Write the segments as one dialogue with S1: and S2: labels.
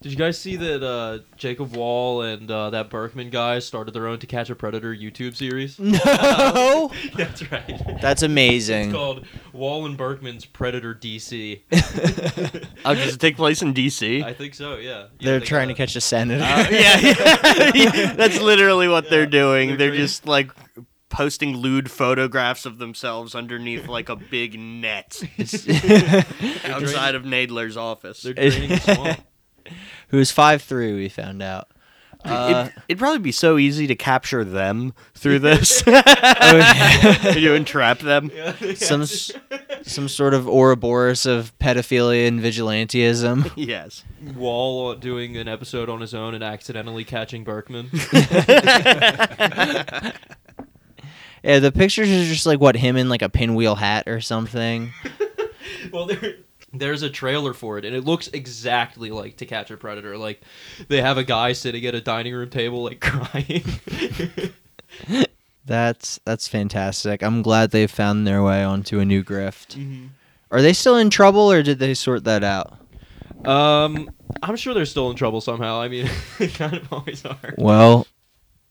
S1: Did you guys see that uh, Jacob Wall and uh, that Berkman guy started their own To Catch a Predator YouTube series?
S2: No.
S1: That's right. It's
S2: That's amazing.
S1: called Wall and Berkman's Predator DC.
S3: Oh, does it take place in DC?
S1: I think so. Yeah. You
S2: They're
S1: think
S2: trying to
S1: that-
S2: catch a senator.
S3: Uh, yeah, yeah. that's literally what they're
S1: Yeah,
S3: doing.
S1: they're
S3: They're,
S1: doing-
S3: just like posting lewd photographs of themselves underneath like a big net outside of Nadler's office.
S1: They're
S3: It,
S1: draining the swamp.
S2: Who's five three? We found out. Uh,
S3: it'd probably be so easy to capture them through this. you entrap them.
S1: Yeah, yeah.
S2: some s- Uh, some sort of Ouroboros of pedophilia and vigilantism.
S3: Yes.
S1: Wall uh, doing an episode on his own and accidentally catching Berkman.
S2: Yeah, the pictures are just like what him in like a pinwheel hat or something.
S1: well, there, there's a trailer for it, and it looks exactly like To Catch a Predator. Like, they have a guy sitting at a dining room table, like, crying.
S2: That's that's fantastic. I'm glad they found their way onto a new grift.
S1: Mm-hmm.
S2: Are they still in trouble or did they sort that out?
S1: um, I'm sure they're still in trouble somehow. I mean, they kind of always are.
S2: Well,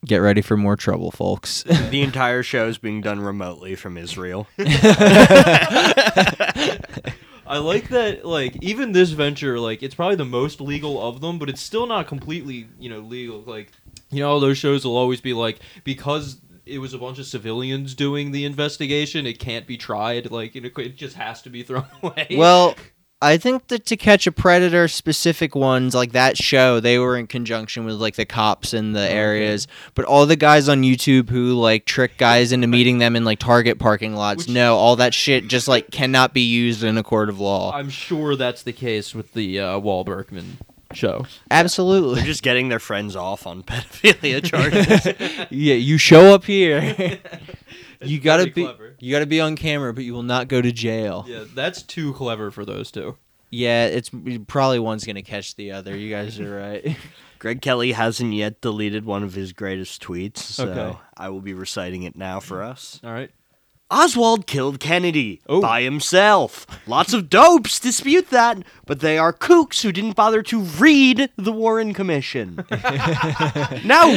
S2: get ready for more trouble, folks.
S3: The entire show is being done remotely from Israel.
S1: I like that, like, even this venture, like, it's probably the most legal of them, but it's still not completely, you know, legal. Like, you know, all those shows will always be like, because it was a bunch of civilians doing the investigation, it can't be tried. Like, you know, it just has to be thrown away.
S2: well, I think that to catch a predator specific ones like that show, they were in conjunction with like the cops in
S1: Oh,
S2: the areas. But all the guys on YouTube who like trick guys into meeting them in like Target parking lots,
S1: Which-
S2: no, all that shit just like cannot be used in a court of law.
S1: I'm sure that's the case with the uh, Wall Berkman show.
S2: Absolutely.
S3: They're just getting their friends off on pedophilia charges.
S2: yeah, you show up here. you got to
S1: pretty
S2: be
S1: clever.
S2: you got to be on camera, but you will not go to jail. Yeah,
S1: Yeah, that's too clever for those two.
S2: it's probably one's going to catch the other. You guys are right.
S3: Greg Kelly hasn't yet deleted one of his greatest tweets, so
S1: Okay.
S3: I will be reciting it now for us.
S1: All right.
S3: Oswald killed Kennedy
S1: Oh.
S3: by himself. Lots of dopes dispute that, but they are kooks who didn't bother to read the Warren Commission. now,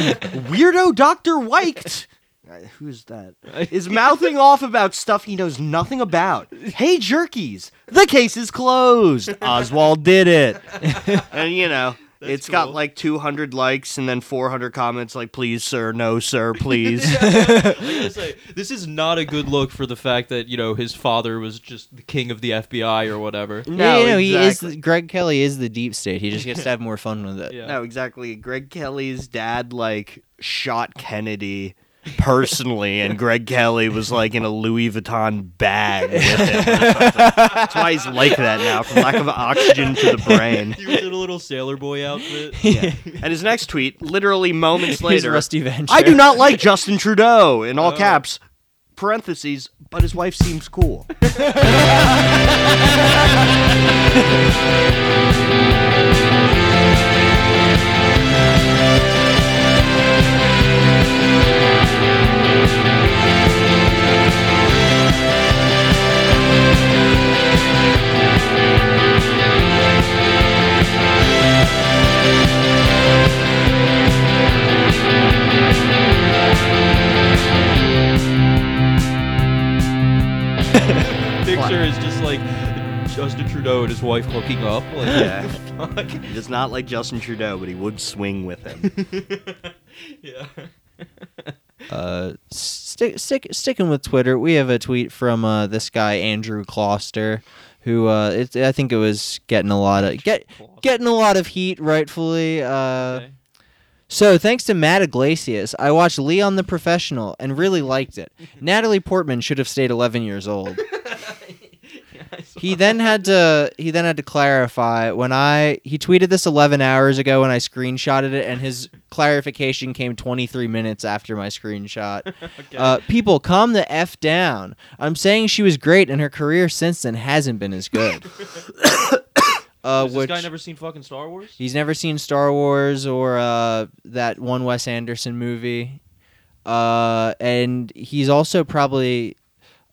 S3: weirdo Dr. Weicht. uh, Who's that? Is mouthing off about stuff he knows nothing about. Hey, jerkies, the case is closed. Oswald did it. and you know, it's got
S1: cool.
S3: like 200 likes and then 400 comments like, please, sir, no, sir, please.
S1: I gotta say, this is not a good look for the fact that you know his father was just the king of the FBI or whatever.
S2: yeah, you know,
S3: exactly.
S2: he is Greg Kelly is the deep state. He just gets to have more fun with it.
S1: Yeah.
S3: No, exactly. Greg Kelly's dad like shot Kennedy personally, and Greg Kelly was like in a Louis Vuitton bag. With him. That's why he's like that now, from lack of oxygen to the brain.
S1: He was in a little sailor boy outfit.
S3: And his next tweet, literally moments
S2: His
S3: later,
S2: rusty venture.
S3: I do not like Justin Trudeau in all
S1: Oh.
S3: caps. Parentheses, but his wife seems cool.
S1: Picture is just like Justin Trudeau and his wife hooking up. Like,
S3: Yeah.
S1: fuck.
S3: He does not like Justin Trudeau, but he would swing with him.
S1: yeah.
S2: Uh, stick, stick, sticking with Twitter, we have a tweet from uh, this guy Andrew Closter, who uh, it, I think it was getting a lot of get getting a lot of heat, rightfully. Uh,
S1: Okay.
S2: So, thanks to Matt Iglesias, I watched Leon the Professional and really liked it. Natalie Portman should have stayed 11 years old. He then had to he then had to clarify when I he tweeted this 11 hours ago when I screenshotted it and his clarification came 23 minutes after my screenshot. Uh, people calm the f down. I'm saying she was great and her career since then hasn't been as good. uh,
S1: Has
S2: which
S1: this guy never seen fucking Star Wars?
S2: He's never seen Star Wars or uh, that one Wes Anderson movie. Uh, and he's also probably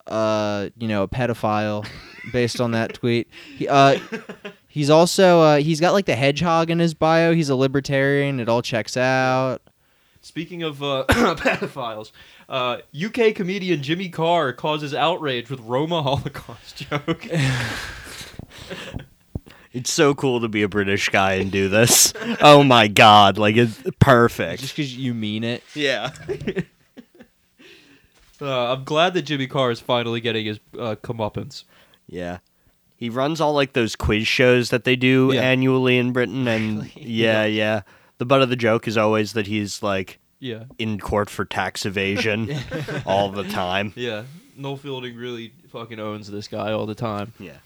S2: uh, you know, a pedophile based on that tweet. He, uh, he's also uh, he's got like the hedgehog in his bio. He's a libertarian. It all checks out.
S1: Speaking of uh, pedophiles, uh, UK comedian Jimmy Carr causes outrage with Roma Holocaust joke.
S3: It's so cool to be a British guy and do this. oh my god, like it's
S2: Just
S3: perfect.
S2: because you mean it.
S3: Yeah.
S1: Uh, I'm glad that Jimmy Carr is finally getting his uh, comeuppance.
S3: Yeah. He runs all like those quiz shows that they do
S1: Yeah.
S3: annually in Britain and
S2: Really?
S3: yeah, yeah. The butt of the joke is always that he's like
S1: Yeah,
S3: in court for tax evasion all the time.
S1: yeah. Noel Fielding really fucking owns this guy all the time.
S3: Yeah.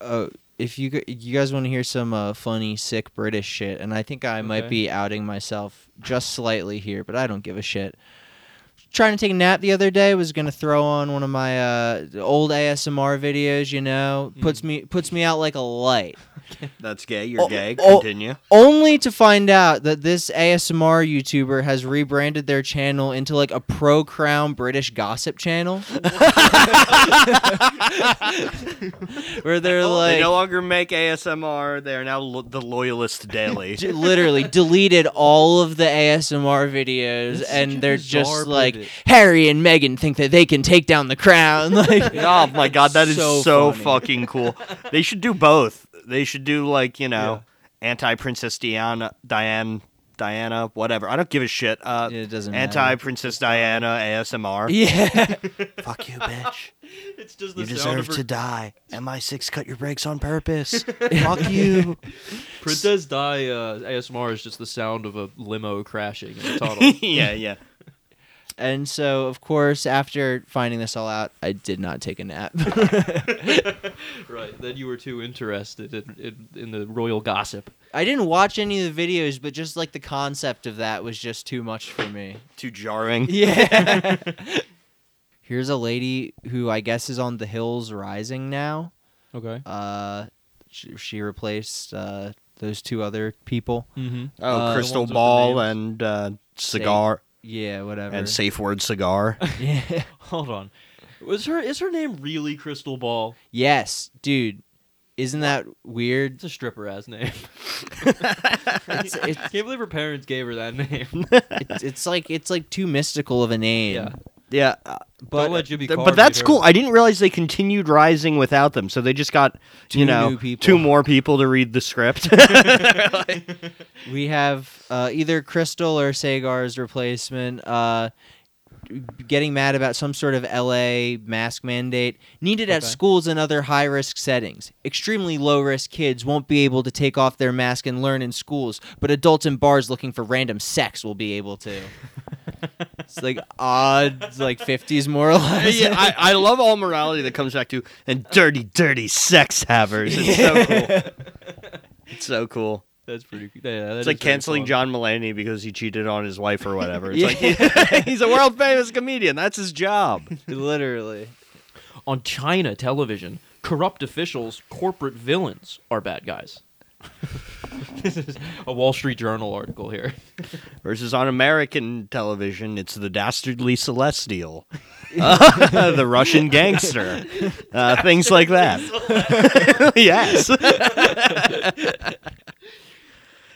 S2: Oh, if you gu- you guys want to hear some uh, funny, sick British shit, and I think I
S1: Okay.
S2: might be outing myself just slightly here, but I don't give a shit. Trying to take a nap the other day was gonna throw on one of my uh, old ASMR videos. You know, puts me puts me out like a light.
S3: That's gay. You're
S2: Oh,
S3: gay.
S2: oh.
S3: Continue.
S2: Only to find out that this ASMR YouTuber has rebranded their channel into like a pro crown British gossip channel, where they're like
S3: Oh, they no longer make ASMR. They are now lo- the Loyalist Daily.
S2: j- literally deleted all of the ASMR videos,
S1: That's such a
S2: and they're
S1: bizarre
S2: just like
S1: pivot.
S2: Harry and Meghan think that they can take down the crown. Like,
S3: oh my god, that is so,
S2: So funny.
S3: fucking cool. They should do both. They should do like you know, anti Princess Diana, Diane, Diana, whatever. I don't give a shit. Uh,
S2: it doesn't
S3: anti Princess Diana ASMR.
S2: Yeah,
S3: Fuck you, bitch.
S1: It's just the
S3: You
S1: sound of
S3: deserve
S1: her-
S3: to die. MI6 cut your brakes on purpose. Fuck you.
S1: Princess Di uh, ASMR is just the sound of a limo crashing in a tunnel.
S3: yeah, yeah.
S2: and so of course, after finding this all out, I did not take a nap.
S1: right. Then you were too interested in, in, in the royal gossip.
S2: I didn't watch any of the videos, but just like the concept of that was just too much for me.
S3: Too jarring.
S2: Yeah. Here's a lady who I guess is on the hills rising now.
S1: Okay.
S2: Uh, she, she replaced uh, those two other people.
S1: Mm-hmm.
S3: Oh,
S2: Uh,
S3: crystal
S1: the ones with the
S3: ball
S1: names.
S3: and uh, cigar
S2: Yeah, whatever.
S3: and safe word cigar.
S2: yeah.
S1: Hold on. Was her is her name really Crystal Ball?
S2: Yes, dude. Isn't that weird?
S1: It's a stripper ass name.
S2: It's,
S1: I
S2: it's,
S1: can't believe her parents gave her that name.
S2: it's, it's like it's like too mystical of a name.
S1: Yeah.
S3: yeah, uh,
S1: Don't
S2: But
S1: let Jimmy
S3: Th-
S1: Carr
S3: but
S1: beat
S3: that's
S1: her.
S3: cool. I didn't realize they continued rising without them, so they just got
S2: Two
S3: you know
S2: new people.
S3: two more people to read the script.
S2: we have uh, either Crystal or Sagar's replacement. Uh, getting mad about some sort of LA mask mandate needed at
S1: Okay.
S2: schools and other high risk settings. Extremely low risk kids won't be able to take off their mask and learn in schools, but adults in bars looking for random sex will be able to. it's like odd, like 50s moralizing.
S3: yeah, I, I love all morality that comes back to and dirty, dirty sex havers. It's
S1: Oh,
S3: so cool. It's so cool.
S1: That's pretty. Yeah, that
S3: It's
S1: is
S3: like
S1: very
S3: canceling
S1: fun.
S3: John Mulaney because he cheated on his wife or whatever. It's like he's a world famous comedian. That's his job.
S2: Literally.
S1: on China television. Corrupt officials, corporate villains are bad guys. this is a Wall Street Journal article here.
S3: Versus on American television, it's the dastardly celestial, Uh, the Russian gangster, uh, things like that. yes.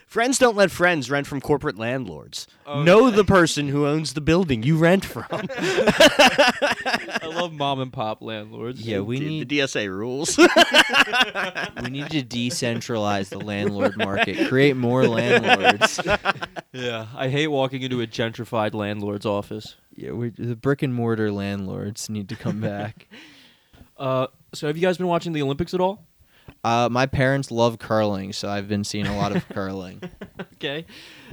S3: friends don't let friends rent from corporate landlords.
S1: Oh,
S3: Know the person who owns the building you rent from.
S1: I love mom and pop landlords.
S2: Yeah, we
S3: the
S2: need
S3: DSA rules.
S2: we need to decentralize the landlord market. Create more landlords.
S1: yeah. I hate walking into a gentrified landlord's office.
S2: Yeah, we the brick and mortar landlords need to come back.
S1: Uh, so have you guys been watching the Olympics at all?
S2: uh, my parents love curling, so I've been seeing a lot of curling.
S1: Okay,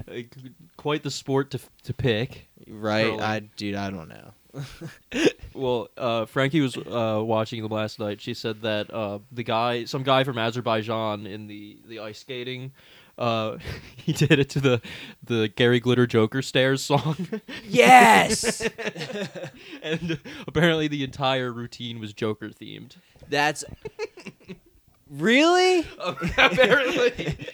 S1: Uh, c- quite the sport to f- to pick.
S2: Right?
S1: Curling.
S2: I dude, I don't know.
S1: Well, uh, Frankie was uh, watching them last night. She said that uh, the guy, some guy from Azerbaijan in the, the ice skating, uh, he did it to the the Gary Glitter Joker stairs song,
S2: Yes,
S1: and apparently the entire routine was Joker themed.
S2: that's really
S1: apparently,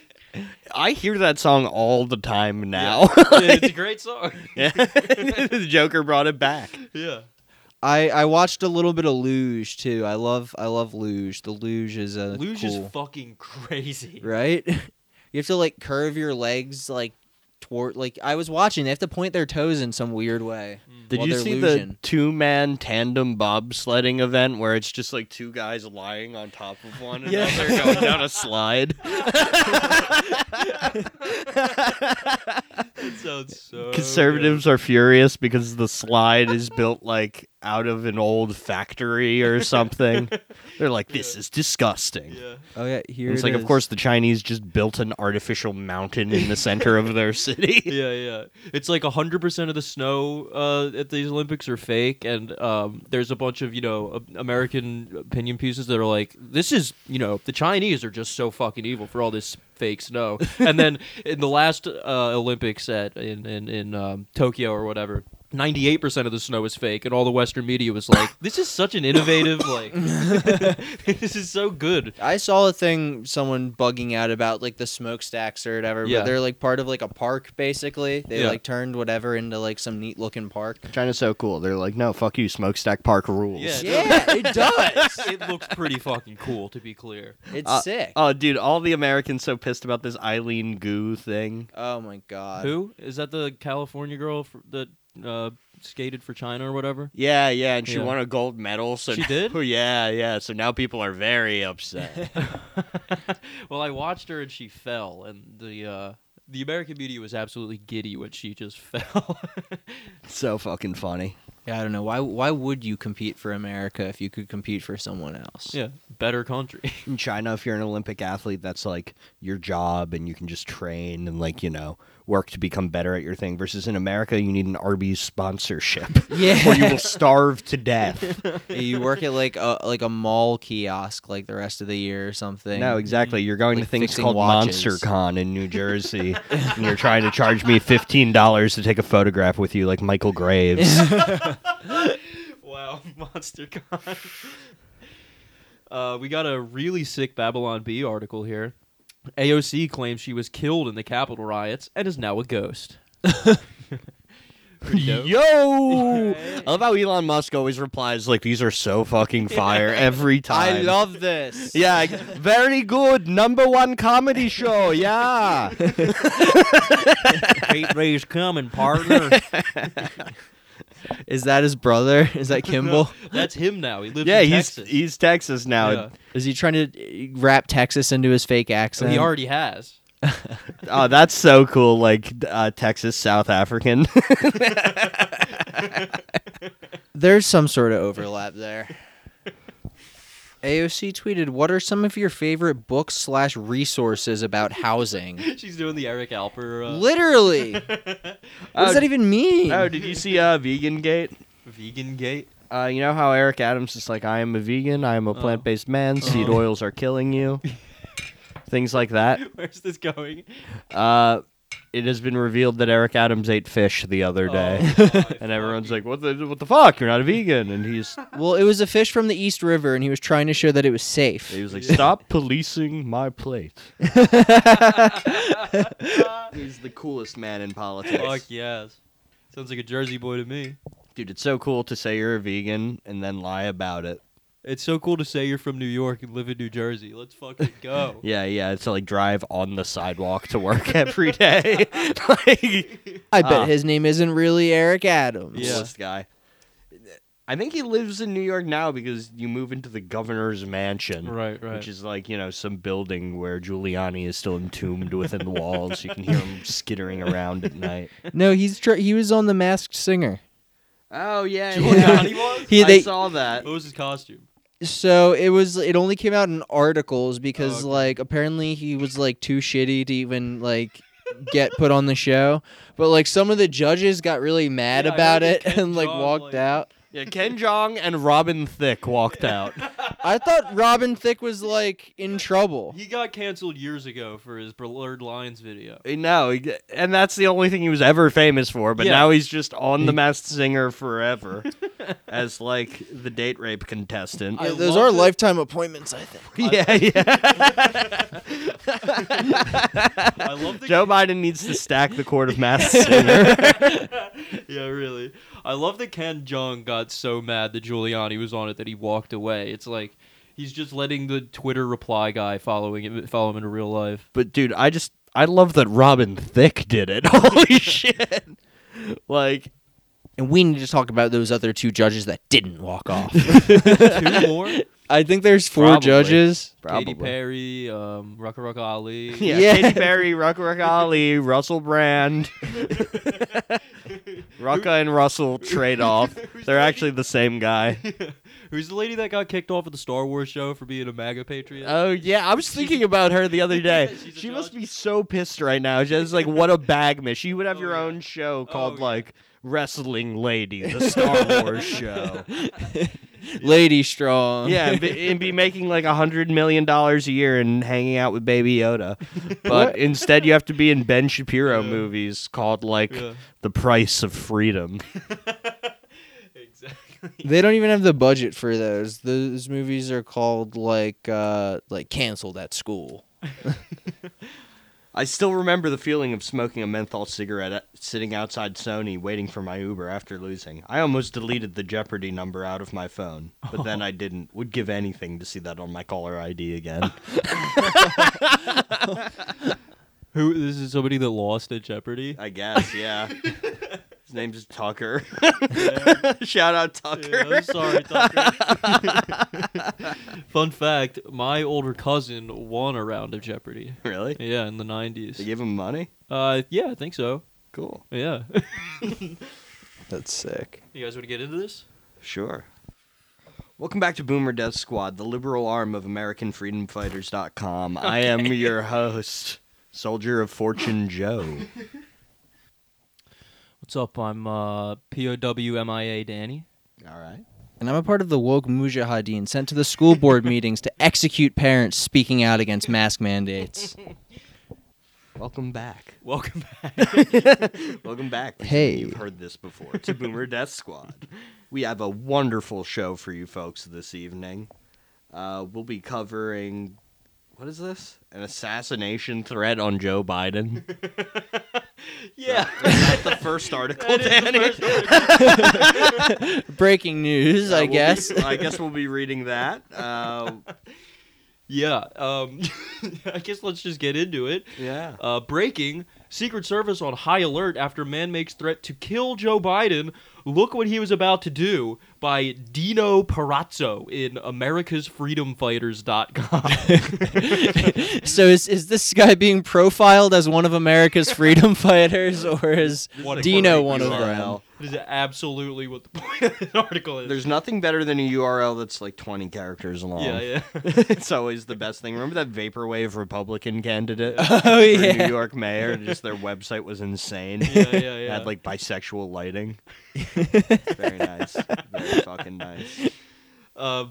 S3: I hear that song all the time now.
S1: Yeah, it's a great song.
S3: the Joker brought it back.
S1: Yeah.
S2: I I watched a little bit of Luge too. I love I love Luge. The Luge is a
S1: Luge
S2: cool-
S1: is fucking crazy.
S2: right? You have to like curve your legs like toward like I was watching. They have to point their toes in some weird way.
S3: Did
S2: while
S3: you
S2: they're
S3: see the
S2: losing.
S3: two man tandem bobsledding event where it's just like two guys lying on top of one another
S2: Yeah.
S3: going down a slide?
S1: That sounds so.
S3: Conservatives are furious because the slide is built like out of an old factory or something. They're like, this is disgusting.
S1: good. Yeah.
S2: Oh yeah, here
S3: And it's
S2: it
S3: like, of
S2: is.
S3: course, the Chinese just built an artificial mountain in the center of their city.
S1: yeah, yeah. It's like hundred percent of the snow uh, at these Olympics are fake, and um, there's a bunch of you know a- American opinion pieces that are like, this is you know the Chinese are just so fucking evil for all this fake snow. and then in the last uh, Olympics at in in, in um, Tokyo or whatever. 98% of the snow was fake and all the western media was like this is such an innovative like this is so good
S2: I saw a thing someone bugging out about like the smokestacks or whatever,
S1: Yeah.
S2: but they're like part of like a park basically. They
S1: Yeah.
S2: like turned whatever into like some neat looking park.
S3: China's so cool. They're like, no, fuck you, Smokestack Park rules.
S1: Yeah.
S2: Yeah, it does. Uh,
S1: it looks pretty fucking cool to be clear
S2: It's sick.
S3: Oh, dude, all the Americans so pissed about this Eileen Goo thing.
S2: oh my god.
S1: Who is that? The California girl f that uh, skated for China or whatever.
S3: Yeah, yeah, and she
S1: Yeah.
S3: won a gold medal. So Oh,
S1: She did?
S3: yeah, yeah. So now people are very upset.
S1: well, I watched her and she fell, and the uh, the American media was absolutely giddy when she just fell.
S3: so fucking funny.
S2: Yeah, I don't know. Why why would you compete for America if you could compete for someone else?
S1: yeah, better country.
S3: In China, if you're an Olympic athlete, that's like your job, and you can just train and like you know work to become better at your thing. Versus in America, you need an Arby's sponsorship,
S2: Yeah.
S3: or you will starve to death.
S2: you work at like a like a mall kiosk like the rest of the year or something.
S3: No, exactly. You're going
S2: Like
S3: to things
S2: fixing
S3: called
S2: watches.
S3: MonsterCon in New Jersey, and you're trying to charge me fifteen dollars to take a photograph with you, like Michael Graves.
S1: wow, monster con. Uh, we got a really sick Babylon B article here. AOC claims she was killed in the Capitol riots and is now a ghost. Pretty dope.
S3: Yo!
S1: Right.
S3: I love how Elon Musk always replies like these are so fucking fire every time.
S2: I love this.
S3: Yeah, like, very good number one comedy show. Yeah.
S1: Hate Ray's coming, partner.
S2: Is that his brother? Is that Kimball?
S1: That's him now. He lives
S3: yeah,
S1: in
S3: he's
S1: Texas.
S3: he's Texas now.
S1: Yeah.
S2: Is he trying to uh, wrap Texas into his fake accent?
S1: he already has.
S3: Oh, that's so cool. Like uh, Texas South African.
S2: There's some sort of overlap there. AOC tweeted, "What are some of your favorite books slash resources about housing?"
S1: She's doing the Eric Alper uh,
S2: Literally, what
S3: Oh,
S2: does that even mean?
S3: oh, did you see uh, Vegan Gate?
S1: vegan gate.
S3: Uh, you know how Eric Adams is like, I am a vegan, I am a plant based man, seed
S1: Oh.
S3: oils are killing you. Things like that.
S1: Where's this going?
S3: Uh, it has been revealed that Eric Adams ate fish the other day.
S1: Oh,
S3: And everyone's like, "What the what the fuck? You're not a vegan!" And he's
S2: well, it was a fish from the East River, and he was trying to show that it was safe.
S3: he was like,
S1: Yeah.
S3: "Stop policing my plate." He's the coolest man in politics,
S1: fuck yes. Sounds like a Jersey boy to me.
S3: dude. It's so cool to say you're a vegan and then lie about it.
S1: It's so cool to say you're from New York and live in New Jersey. Let's fucking go.
S3: Yeah, yeah. It's to like drive on the sidewalk to work every day. like,
S2: I bet
S3: Ah.
S2: his name isn't really Eric Adams.
S1: Yeah.
S3: coolest guy. I think he lives in New York now because you move into the governor's mansion.
S1: right, right.
S3: Which is like, you know, some building where Giuliani is still entombed within the walls. You can hear him skittering around at night.
S2: No, he's tr- he was on The Masked Singer.
S3: Oh, yeah.
S1: Giuliani was?
S2: He- they-
S3: saw that.
S1: What was his costume?
S2: So it was it only came out in articles because
S1: okay.
S2: like apparently he was like too shitty to even like get put on the show. But like some of the judges got really mad
S1: Yeah, I
S2: about
S1: heard
S2: it
S1: that Ken
S2: and like
S1: Jeong,
S2: walked
S1: like-
S2: out.
S3: Yeah, Ken Jong and Robin Thicke walked out.
S2: I thought Robin Thicke was like in trouble.
S1: He got canceled years ago for his blurred lines video.
S3: no, he- and that's the only thing he was ever famous for, but
S1: Yeah.
S3: now he's just on The Masked Singer forever as like the date rape contestant.
S1: I
S2: Yeah, those
S1: love
S2: are
S1: that-
S2: lifetime appointments, I think.
S3: yeah, yeah.
S1: I love the
S3: Joe Biden needs to stack the court of mass sooner.
S1: yeah, really. I love that Ken Jong got so mad that Giuliani was on it that he walked away. It's like he's just letting the Twitter reply guy following him follow him into real life.
S3: but dude, I just I love that Robin Thicke did it. Holy shit! Like
S2: And we need to talk about those other two judges that didn't walk off.
S1: Two more:
S2: I think there's four
S3: Probably.
S2: judges.
S1: Katy Perry, um, Rucka Rucka Ali.
S3: Yeah,
S2: Yeah.
S3: Katy Perry, Rucka Rucka Ali, Russell Brand. Rucka and Russell trade off.
S1: Who's
S3: They're
S1: that?
S3: actually the same guy.
S1: Who's the lady that got kicked off at the Star Wars show for being a MAGA patriot?
S3: Oh yeah, I was thinking about her the other day.
S1: She's a
S3: she must
S1: judge.
S3: be so pissed right now. She's like, "What a bag miss." She would have
S1: Oh,
S3: your
S1: yeah.
S3: own show
S1: Oh,
S3: called
S1: yeah.
S3: like Wrestling Lady, the Star Wars show.
S2: Lady Strong.
S3: Yeah, and be, and be making like a hundred million dollars a year and hanging out with Baby Yoda. But instead, you have to be in Ben Shapiro
S1: Yeah.
S3: movies called like
S1: Yeah.
S3: The Price of Freedom.
S1: exactly.
S2: They don't even have the budget for those. Those movies are called like uh like canceled at school.
S3: I still remember the feeling of smoking a menthol cigarette at- sitting outside Sony waiting for my Uber after losing. I almost deleted the Jeopardy number out of my phone, but then I didn't. Would give anything to see that on my caller ID again.
S1: Who? This is somebody that lost at Jeopardy.
S3: I guess, yeah. His name's Tucker. Shout out Tucker.
S1: Yeah, I'm sorry, Tucker. Fun fact: My older cousin won a round of Jeopardy.
S3: Really?
S1: Yeah, in the
S3: They
S1: '90s.
S3: give him money?
S1: Uh, yeah, I think so.
S3: Cool.
S1: Yeah.
S2: That's sick.
S1: you guys want to get into this?
S3: Sure. Welcome back to Boomer Death Squad, the liberal arm of AmericanFreedomFighters.com. I am your host, Soldier of Fortune Joe.
S1: What's up? I'm uh, POWMIA Danny.
S3: All right.
S2: And I'm a part of the woke mujahideen sent to the school board meetings to execute parents speaking out against mask mandates.
S3: Welcome back.
S1: Welcome back.
S3: Welcome back.
S2: Hey.
S3: You've heard this before to Boomer Death Squad. We have a wonderful show for you folks this evening. Uh, we'll be covering. What is this? An assassination threat on Joe Biden?
S1: yeah.
S3: That's the first article, Danny.
S2: Breaking news,
S3: Uh,
S2: I
S3: we'll be-
S2: guess.
S3: I guess we'll be reading that. Uh,
S1: yeah. Um, I guess let's just get into it.
S3: yeah.
S1: Uh, breaking: Secret Service on high alert after man makes threat to kill Joe Biden. Look what he was about to do by Dino Parazzo in America'sFreedomFighters.com.
S2: so is is this guy being profiled as one of America's freedom fighters or is
S1: What a
S2: Dino
S1: great
S2: one of them?
S3: URL.
S1: this is absolutely what the point of this article is.
S3: There's nothing better than a URL that's like 20 characters long.
S1: yeah, yeah.
S3: it's always the best thing. Remember that vaporwave Republican candidate
S2: Oh
S3: for New
S2: yeah.
S3: York mayor? And Just their website was insane.
S1: Yeah, yeah,
S3: It
S1: yeah.
S3: Had like bisexual lighting. Very nice. Very fucking nice.
S1: Uh,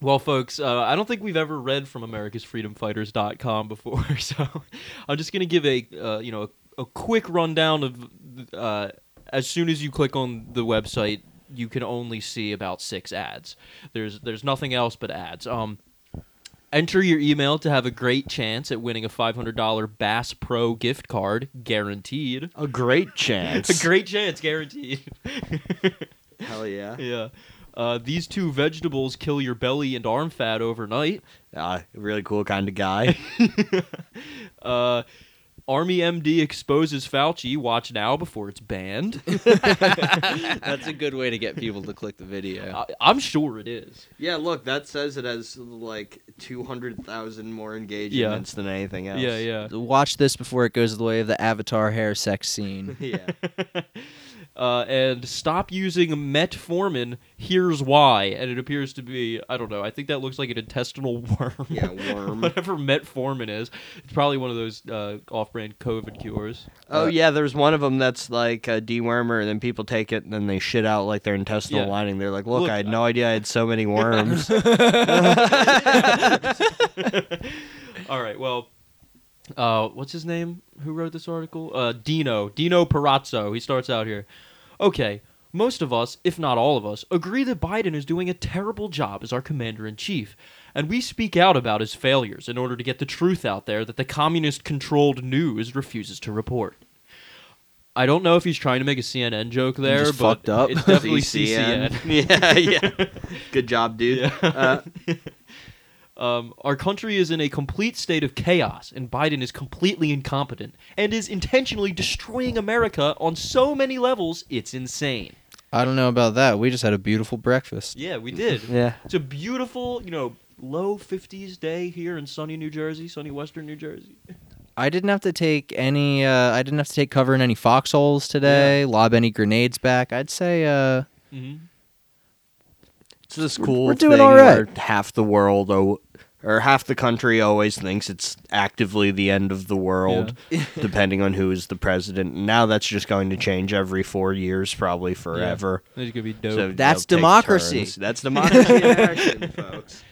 S1: well, folks, uh, I don't think we've ever read from America'sFreedomFighters.com before, so I'm just gonna give a uh, you know a, a quick rundown of uh, as soon as you click on the website, you can only see about six ads. There's there's nothing else but ads. Um, enter your email to have a great chance at winning a $500 Bass Pro gift card, guaranteed.
S3: A great chance.
S1: A great chance, guaranteed.
S3: Hell yeah.
S1: Yeah. Uh, these two vegetables kill your belly and arm fat overnight.
S3: Uh, really cool kind of guy.
S1: Uh, Army MD exposes Fauci. Watch now before it's banned.
S2: That's a good way to get people to click the video.
S1: I, I'm sure it is.
S3: yeah, look, that says it has like 200,000 more engagements
S1: engagements
S3: than anything else.
S1: Yeah, yeah.
S2: Watch this before it goes the way of the Avatar hair sex scene.
S3: Yeah.
S1: Uh, and stop using metformin. Here's why. And it appears to be I don't know. I think that looks like an intestinal worm.
S3: Yeah, worm.
S1: Whatever metformin is, it's probably one of those uh, off-brand COVID cures.
S3: Oh
S2: Uh,
S3: yeah, there's one of them that's like a dewormer, and then people take it, and then they shit out like their intestinal
S1: Yeah.
S3: lining. They're like, "Look,
S1: Look, uh,
S3: I had no idea I had so many worms."
S1: All right. Well, uh, what's his name? Who wrote this article? Uh, Dino. Dino Parazzo. He starts out here. Okay. most of us, if not all of us, agree that Biden is doing a terrible job as our commander in chief. And we speak out about his failures in order to get the truth out there that the communist controlled news refuses to report. I don't know if he's trying to make a CNN joke there,
S2: just
S1: but
S2: fucked up.
S1: it's definitely CCN.
S3: yeah, yeah. Good job, dude. Uh,
S1: Um, our country is in a complete state of chaos, and Biden is completely incompetent and is intentionally destroying America on so many levels. It's insane.
S2: I don't know about that. We just had a beautiful breakfast.
S1: Yeah, we did.
S2: Yeah.
S1: It's a beautiful, you know, low 50s day here in sunny New Jersey, sunny Western New Jersey.
S2: I didn't have to take any. Uh, I didn't have to take cover in any foxholes today. Lob any grenades back. I'd say. Uh,
S1: Mm-hmm.
S3: it's this cool
S2: we're doing
S3: thing
S2: all right.
S3: where half the world o- or half the country always thinks it's actively the end of the world, depending on who is the president. Now that's just going to change every four years, probably forever.
S1: It's gonna be dope.
S3: So
S2: That's
S3: they'll take
S2: democracy.
S3: turns. That's democracy in action, folks.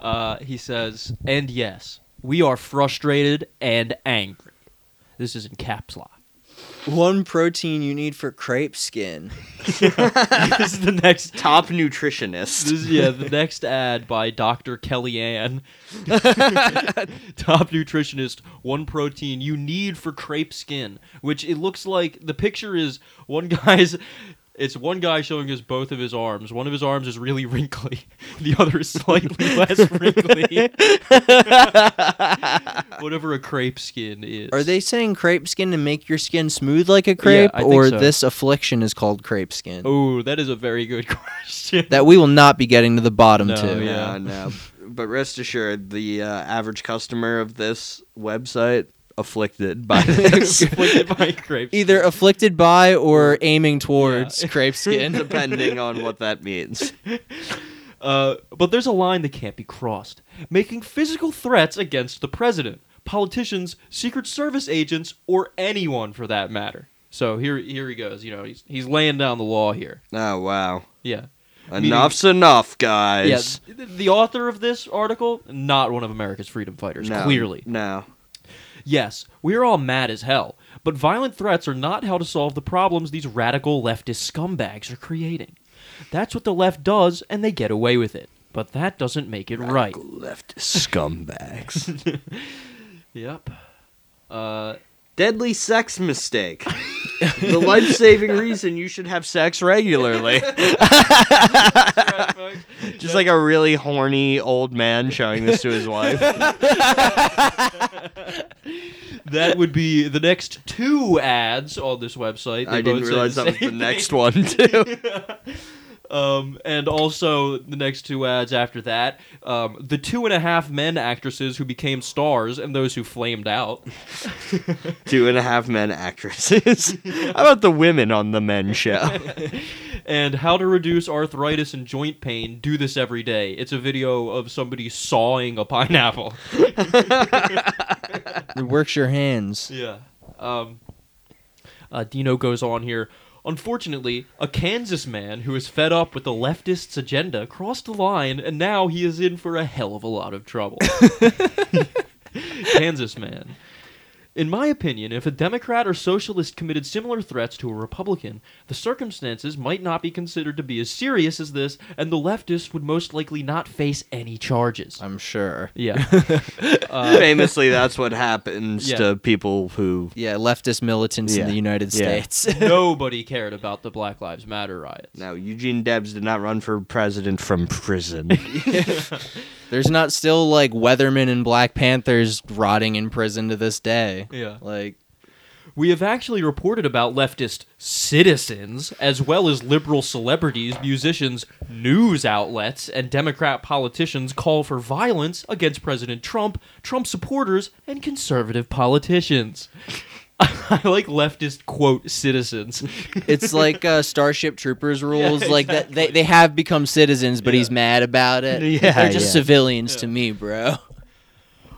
S1: Uh, he says, and yes, we are frustrated and angry. This is in caps lock.
S2: One protein you need for crepe skin.
S1: this is the next.
S3: Top
S1: This
S3: nutritionist.
S1: is, yeah, the next ad by Dr. Kellyanne. Top nutritionist, one protein you need for crepe skin, which it looks like the picture is one guy's. It's one guy showing us both of his arms. One of his arms is really wrinkly, the other is slightly less wrinkly. Whatever a crepe skin is.
S2: Are they saying crepe skin to make your skin smooth like a crepe,
S1: I think
S2: or
S1: so.
S2: this affliction is called crepe skin?
S1: Oh, that is a very good question.
S2: That we will not be getting to the bottom
S1: No,
S2: to.
S1: Oh, yeah.
S3: No, no. uh, But rest assured, the uh, average customer of this website afflicted by this,
S1: Afflicted by crepe
S2: Either afflicted by or aiming towards
S1: Yeah.
S2: crepe skin.
S3: depending on what that means.
S1: Uh, but there's a line that can't be crossed making physical threats against the president, politicians, Secret Service agents, or anyone for that matter. So here, here he goes. You know, he's, he's laying down the law here.
S3: Oh wow,
S1: Yeah.
S3: enough's enough, guys.
S1: Yeah, th- the author of this article, not one of America's freedom fighters,
S3: No,
S1: clearly.
S3: no.
S1: Yes, we are all mad as hell, but violent threats are not how to solve the problems these radical leftist scumbags are creating. That's what the left does, and they get away with it. But that doesn't make it right.
S3: left scumbags.
S1: Yep. Uh,
S3: Deadly sex mistake. the life-saving reason you should have sex regularly. Just like a really horny old man showing this to his wife.
S1: that would be the next two ads on this website. They
S3: I didn't
S1: both say
S3: realize
S1: the
S3: that was the
S1: same
S3: next
S1: thing.
S3: one too.
S1: Um, and also the next two ads after that, um, the two and a half men actresses who became stars and those who flamed out.
S3: Two and a half men actresses. How about the women on the men show?
S1: and how to reduce arthritis and joint pain. Do this every day. It's a video of somebody sawing a pineapple.
S2: It works your hands.
S1: Yeah. Um, uh, Dino goes on here. Unfortunately, a Kansas man who is fed up with the leftists' agenda crossed the line, and now he is in for a hell of a lot of trouble. Kansas man. In my opinion, if a Democrat or socialist committed similar threats to a Republican, the circumstances might not be considered to be as serious as this, and the leftists would most likely not face any charges.
S2: I'm sure.
S1: Yeah.
S3: Uh, Famously, that's what happens
S1: Yeah.
S3: to people who.
S2: Yeah, leftist militants in
S3: Yeah.
S2: the United
S3: Yeah.
S2: States.
S1: Nobody cared about the Black Lives Matter riots.
S3: No, Eugene Debs did not run for president from prison.
S2: There's not still like Weathermen and Black Panthers rotting in prison to this day.
S1: Yeah.
S2: Like
S1: We have actually reported about leftist citizens, as well as liberal celebrities, musicians, news outlets, and Democrat politicians call for violence against President Trump, Trump supporters, and conservative politicians. I like leftist quote citizens.
S2: it's like uh, Starship Troopers rules. like that they,
S1: exactly.
S2: they have become citizens, but he's mad about it.
S3: Yeah,
S2: They're just
S3: yeah.
S2: civilians to me, bro.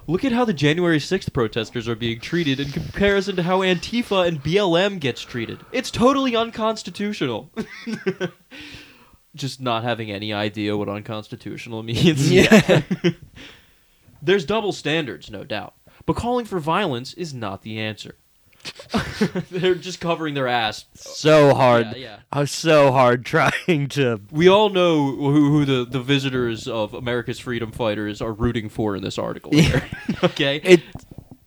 S1: Look at how the January 6th protesters are being treated in comparison to how Antifa and BLM gets treated. It's totally unconstitutional. Just not having any idea what unconstitutional means.
S2: Yeah.
S1: There's double standards, no doubt. But calling for violence is not the answer. They're just covering their ass.
S3: so hard.
S1: Yeah, yeah.
S3: I was so hard trying to.
S1: We all know who, who the, the visitors of America's freedom fighters are rooting for in this article. here. okay.
S2: it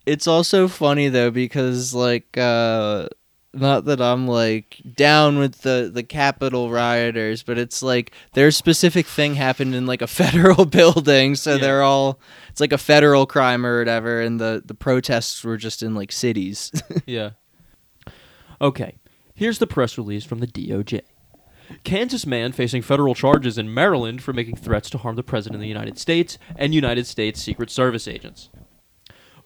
S2: it's also funny though because like uh not that I'm like down with the the Capitol rioters, but it's like their specific thing happened in like a federal building, so
S1: Yeah.
S2: they're all it's like a federal crime or whatever, and the the protests were just in like cities.
S1: yeah. Okay. Here's the press release from the DOJ. Kansas man facing federal charges in Maryland for making threats to harm the President of the United States and United States Secret Service agents.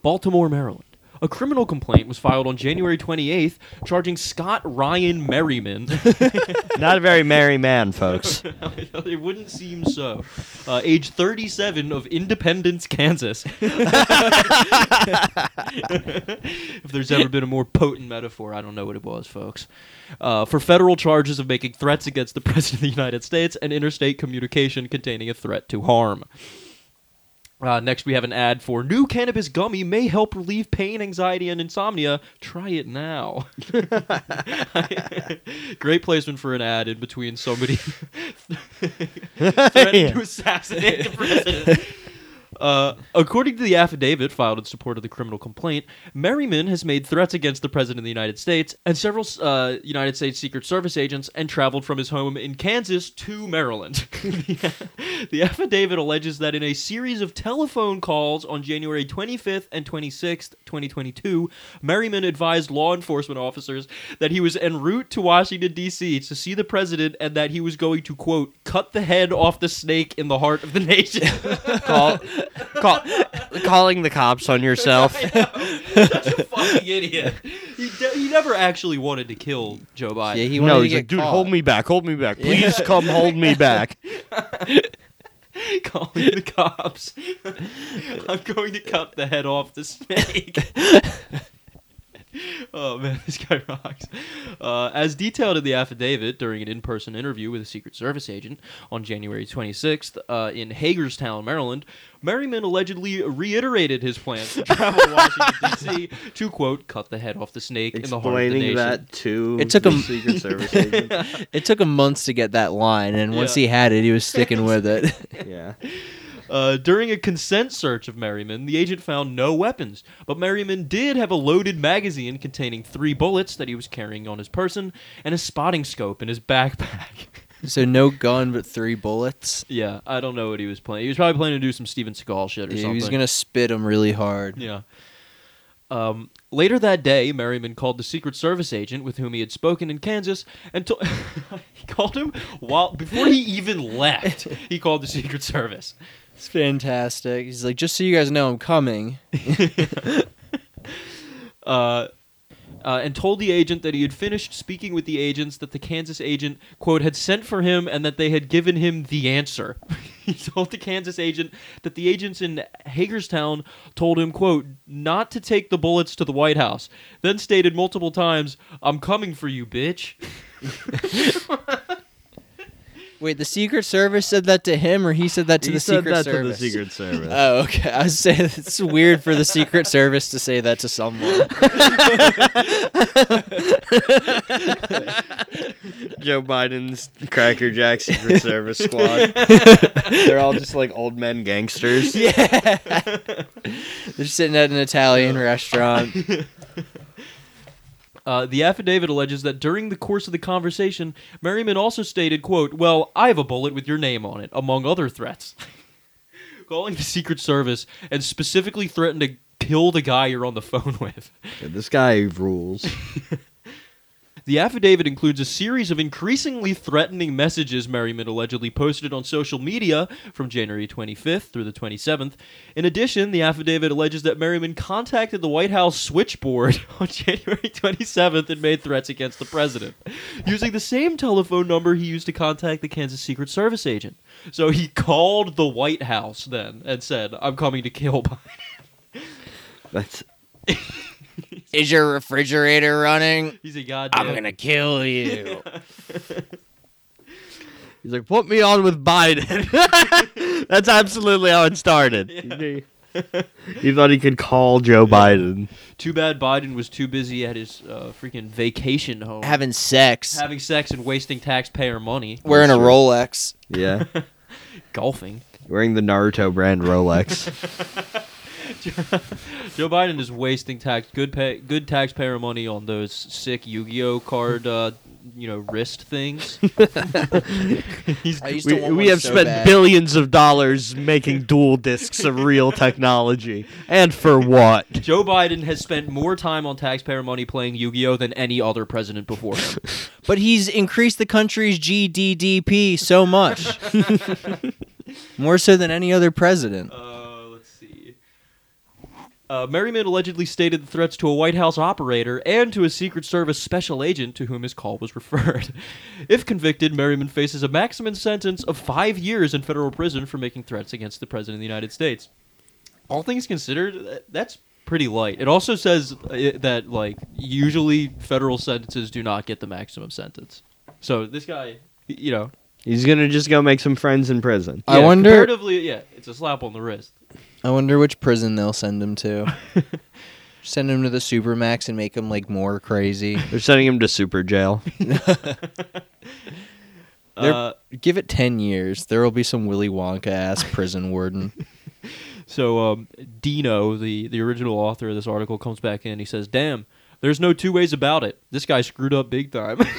S1: Baltimore, Maryland. A criminal complaint was filed on January 28th charging Scott Ryan Merriman
S3: Not a very merry man, folks.
S1: it wouldn't seem so. Uh, age 37 of Independence, Kansas. if there's ever been a more potent metaphor, I don't know what it was, folks. Uh, for federal charges of making threats against the President of the United States and interstate communication containing a threat to harm. Uh, next, we have an ad for new cannabis gummy may help relieve pain, anxiety, and insomnia. Try it now. Great placement for an ad in between somebody threatening to assassinate the president. Uh, according to the affidavit filed in support of the criminal complaint, Merriman has made threats against the President of the United States and several uh, United States Secret Service agents and traveled from his home in Kansas to Maryland. the affidavit alleges that in a series of telephone calls on January 25th and 26th, 2022, Merriman advised law enforcement officers that he was en route to Washington, D.C. to see the president and that he was going to, quote, cut the head off the snake in the heart of the nation.
S3: Call, call, calling the cops on yourself.
S1: Such a fucking idiot. He, de- he never actually wanted to kill Joe Biden.
S2: yeah, he wanted
S3: No,
S2: to
S3: he's
S2: get
S3: like, dude,
S2: caught.
S3: hold me back, hold me back.
S2: Yeah.
S3: Please come hold me back.
S1: Calling the cops. I'm going to cut the head off the snake. oh man, this guy rocks. Uh, as detailed in the affidavit during an in-person interview with a Secret Service agent on January 26th uh, in Hagerstown, Maryland, Merriman allegedly reiterated his plans to travel to Washington D.C. to quote cut the head off the snake in the heart of the nation.
S3: to
S2: It took
S3: the
S2: him-
S3: Secret Service agent.
S2: It took him months to get that line, and once
S1: Yeah.
S2: he had it, he was sticking with it.
S3: Yeah.
S1: Uh, during a consent search of Merriman, the agent found no weapons, but Merriman did have a loaded magazine containing three bullets that he was carrying on his person and a spotting scope in his backpack.
S2: so no gun, but three bullets.
S1: yeah, I don't know what he was playing. He was probably planning to do some Steven Seagal shit or
S2: Yeah,
S1: something.
S2: he was gonna spit him really hard.
S1: Yeah. Um, later that day, Merriman called the Secret Service agent with whom he had spoken in Kansas and to- he called him while before he even left. He called the Secret Service.
S2: It's fantastic. He's like, just so you guys know, I'm coming.
S1: uh, uh, and told the agent that he had finished speaking with the agents that the Kansas agent quote had sent for him and that they had given him the answer. he told the Kansas agent that the agents in Hagerstown told him quote not to take the bullets to the White House. Then stated multiple times, "I'm coming for you, bitch."
S2: Wait, the Secret Service said that to him, or he said that to
S3: He
S2: the
S3: said
S2: Secret
S3: that
S2: Service?
S3: to the Secret Service.
S2: Oh, okay. I was saying it's weird for the Secret Service to say that to someone.
S3: Joe Biden's Cracker Jack Secret Service squad. They're all just like old men gangsters.
S2: yeah. They're sitting at an Italian restaurant.
S1: Uh, the affidavit alleges that during the course of the conversation, Merriman also stated, quote, Well, I have a bullet with your name on it, among other threats. Calling the Secret Service and specifically threatened to kill the guy you're on the phone with.
S3: This guy rules.
S1: The affidavit includes a series of increasingly threatening messages Merriman allegedly posted on social media from January 25th through the 27th. In addition, the affidavit alleges that Merriman contacted the White House switchboard on January 27th and made threats against the president, using the same telephone number he used to contact the Kansas Secret Service agent. So he called the White House then and said, I'm coming to kill Biden.
S3: That's
S2: Is your refrigerator running?
S1: He's a goddamn.
S2: I'm gonna kill you.
S3: he's like, put me on with Biden. That's absolutely how it started. He thought he could call Joe Biden.
S1: Too bad Biden was too busy at his uh, freaking vacation home
S2: Having sex,
S1: having sex and wasting taxpayer money.
S2: wearing a Rolex.
S3: Yeah,
S1: golfing.
S3: wearing the Naruto brand Rolex.
S1: Joe Biden is wasting tax good pay good taxpayer money on those sick Yu-Gi-Oh card uh, you know wrist things.
S2: I used
S3: we we have spent billions of dollars making dual discs of real technology, and for what?
S1: Joe Biden has spent more time on taxpayer money playing Yu-Gi-Oh than any other president before him.
S2: but he's increased the country's GDDP so much, more so than any other president.
S1: Uh, let's see. Uh, Merriman allegedly stated the threats to a White House operator and to a Secret Service special agent to whom his call was referred. if convicted, Merriman faces a maximum sentence of five years in federal prison for making threats against the President of the United States. All things considered, th- that's pretty light. It also says uh, that, like, usually federal sentences do not get the maximum sentence. So this guy, y- you know,
S3: He's gonna just go make some friends in prison.
S2: I
S1: yeah,
S2: wonder.
S1: Comparatively, yeah, it's a slap on the wrist.
S2: I wonder which prison they'll send him to. send him to the supermax and make him like more crazy.
S3: They're sending him to super jail.
S2: They're-
S1: Uh,
S2: Give it ten years, there will be some Willy Wonka ass prison warden.
S1: So um, Dino, the the original author of this article, comes back in. He says, "Damn, there's no two ways about it. This guy screwed up big time."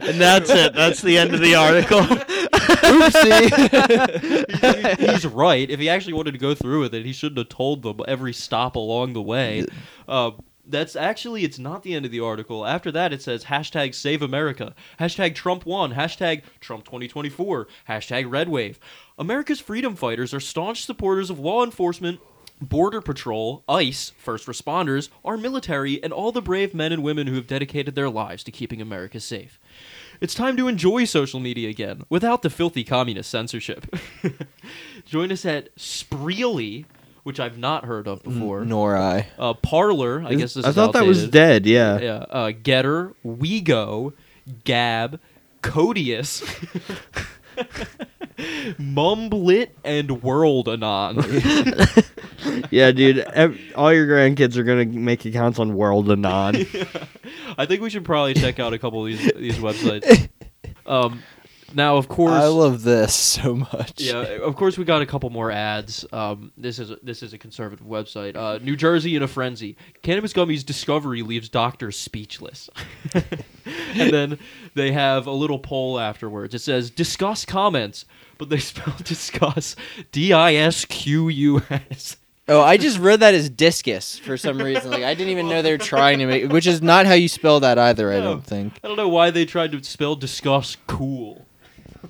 S3: And that's it. That's the end of the article.
S2: Oopsie.
S1: He's right. If he actually wanted to go through with it, he shouldn't have told them every stop along the way. Uh, that's actually it's not the end of the article. After that, it says hashtag Save America, hashtag Trump won, hashtag Trump 2024, hashtag Red Wave. America's freedom fighters are staunch supporters of law enforcement. Border Patrol, ICE, first responders, our military, and all the brave men and women who have dedicated their lives to keeping America safe. It's time to enjoy social media again without the filthy communist censorship. Join us at Spreely, which I've not heard of before.
S2: Nor I.
S1: Uh, Parlor, I guess this
S3: I
S1: is
S3: thought that was
S1: outdated.
S3: dead. Yeah.
S1: Yeah, uh, Getter, WeGo, Gab, Codius, Mumblit, and World Anon.
S3: Yeah, dude. ev- all your grandkids are gonna make accounts on World Anon.
S1: I think we should probably check out a couple of these these websites. Um, now, of course,
S2: I love this so much.
S1: Yeah, eh, of course we got a couple more ads. Um, this is this is a conservative website. Uh, New Jersey in a frenzy. Cannabis gummies discovery leaves doctors speechless. and then they have a little poll afterwards. It says discuss comments, but they spell discuss D I S Q U S.
S2: Oh, I just read that as discus for some reason. Like I didn't even know they were trying to make, which is not how you spell that either. I
S1: No.
S2: don't think.
S1: I don't know why they tried to spell discuss cool.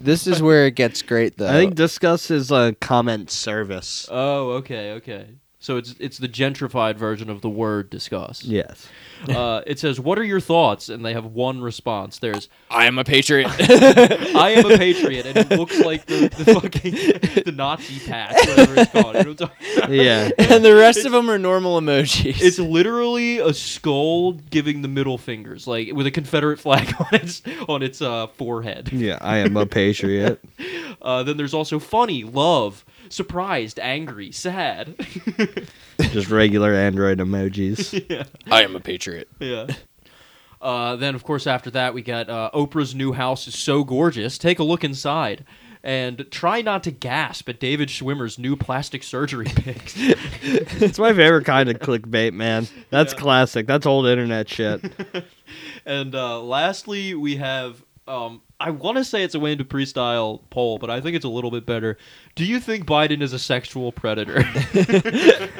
S2: This is where it gets great though.
S3: I think discuss is a comment service.
S1: Oh, okay, okay. So it's it's the gentrified version of the word discuss.
S3: Yes.
S1: Uh, it says, "What are your thoughts?" And they have one response. There's
S2: I am a patriot.
S1: I am a patriot, and it looks like the, the fucking the Nazi patch, whatever it's called. You know what I'm talking about?
S3: Yeah.
S2: and the rest of them are normal emojis.
S1: It's literally a skull giving the middle fingers, like with a Confederate flag on its on its uh, forehead.
S3: Yeah. I am a patriot.
S1: Uh, then there's also funny, love, surprised, angry, sad.
S3: Just regular Android emojis.
S1: yeah,
S2: I am a patriot.
S1: yeah. Uh, then of course after that we got uh, Oprah's new house is so gorgeous. Take a look inside. And try not to gasp at David Schwimmer's new plastic surgery pics.
S3: it's my favorite kind of clickbait, man. That's classic. That's old internet shit.
S1: And uh, lastly, we have. Um, I want to say it's a Wayne Dupree style poll, but I think it's a little bit better. Do you think Biden is a sexual predator?
S3: And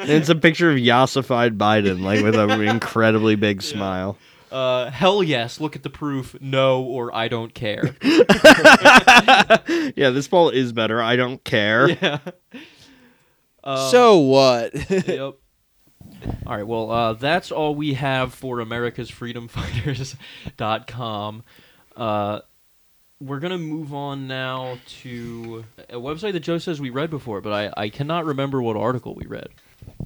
S3: it's a picture of Yassified Biden, like with an incredibly big smile.
S1: uh, hell yes. Look at the proof. No, or I don't care.
S3: Yeah, this poll is better. I don't care.
S1: yeah. Uh,
S2: so what?
S1: yep. All right. Well, uh, that's all we have for America's Freedom Fighters.com. Uh, we're going to move on now to a website that Joe says we read before, but I, I cannot remember what article we read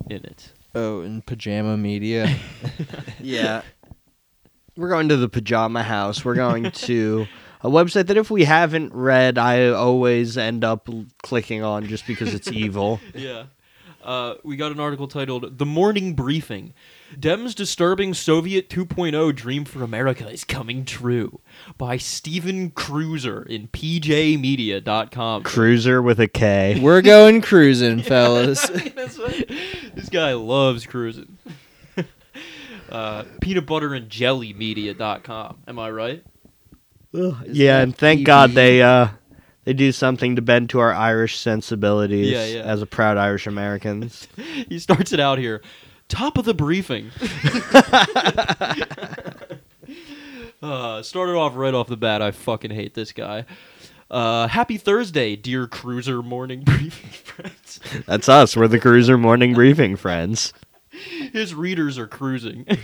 S1: in it.
S2: oh, in pajama media.
S3: Yeah. We're going to the pajama house. We're going to a website that if we haven't read, I always end up l- clicking on just because it's evil.
S1: yeah. Uh, we got an article titled The Morning Briefing Dem's Disturbing Soviet 2.0 Dream for America is Coming True by Stephen Cruiser in PJmedia.com.
S3: Cruiser with a K.
S2: We're going cruising, fellas.
S1: That's what- this guy loves cruising. uh, peanut butter and jelly media.com. Am I right?
S3: yeah, and thank
S2: PB?
S3: God they uh they do something to bend to our Irish sensibilities
S1: Yeah, yeah.
S3: as a proud Irish Americans.
S1: He starts it out here. Top of the briefing. uh, started off right off the bat. I fucking hate this guy. Uh, happy Thursday, dear cruiser morning briefing friends.
S3: That's us. We're the Cruiser Morning Briefing friends.
S1: His readers are cruising. uh,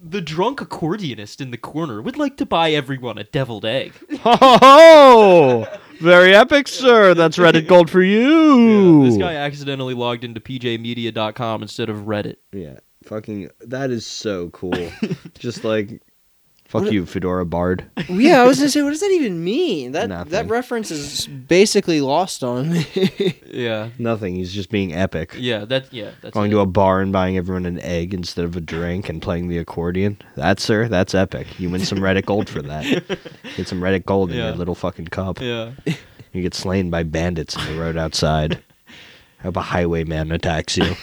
S1: the drunk accordionist in the corner would like to buy everyone a deviled egg.
S3: Ho ho ho! Very epic, sir. That's Reddit gold for you.
S1: Yeah, this guy accidentally logged into pjmedia.com instead of Reddit.
S3: Yeah, fucking. That is so cool. Just like, fuck you, Fedora Bard.
S2: yeah, I was gonna say, what does that even mean? That that
S3: Nothing.
S2: reference is basically lost on me.
S1: Yeah.
S3: Nothing. He's just being epic.
S1: Yeah, that yeah, that's
S3: Going
S1: it.
S3: to a bar and buying everyone an egg instead of a drink and playing the accordion. That, sir, that's epic. You win some Reddit gold for that. Get some Reddit gold in
S1: Yeah.
S3: your little fucking cup.
S1: Yeah.
S3: You get slain by bandits in the road outside. I hope a highwayman attacks you.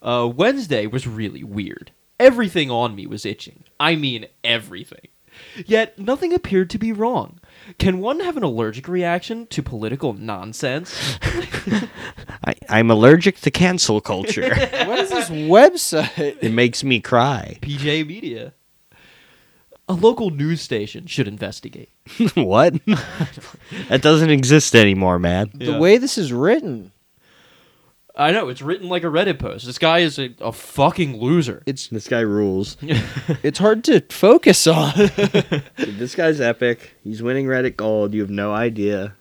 S1: Uh, Wednesday was really weird. Everything on me was itching. I mean, everything. Yet, nothing appeared to be wrong. Can one have an allergic reaction to political nonsense?
S3: I, I'm allergic to cancel culture.
S2: what is this website?
S3: it makes me cry.
S1: PJ Media. A local news station should investigate.
S3: what? that doesn't exist anymore, man.
S1: Yeah.
S2: The way this is written,
S1: I know, it's written like a Reddit post. This guy is a, a fucking loser.
S2: it's
S3: This guy rules.
S2: it's hard to focus on.
S3: this guy's epic. He's winning Reddit gold. You have no idea.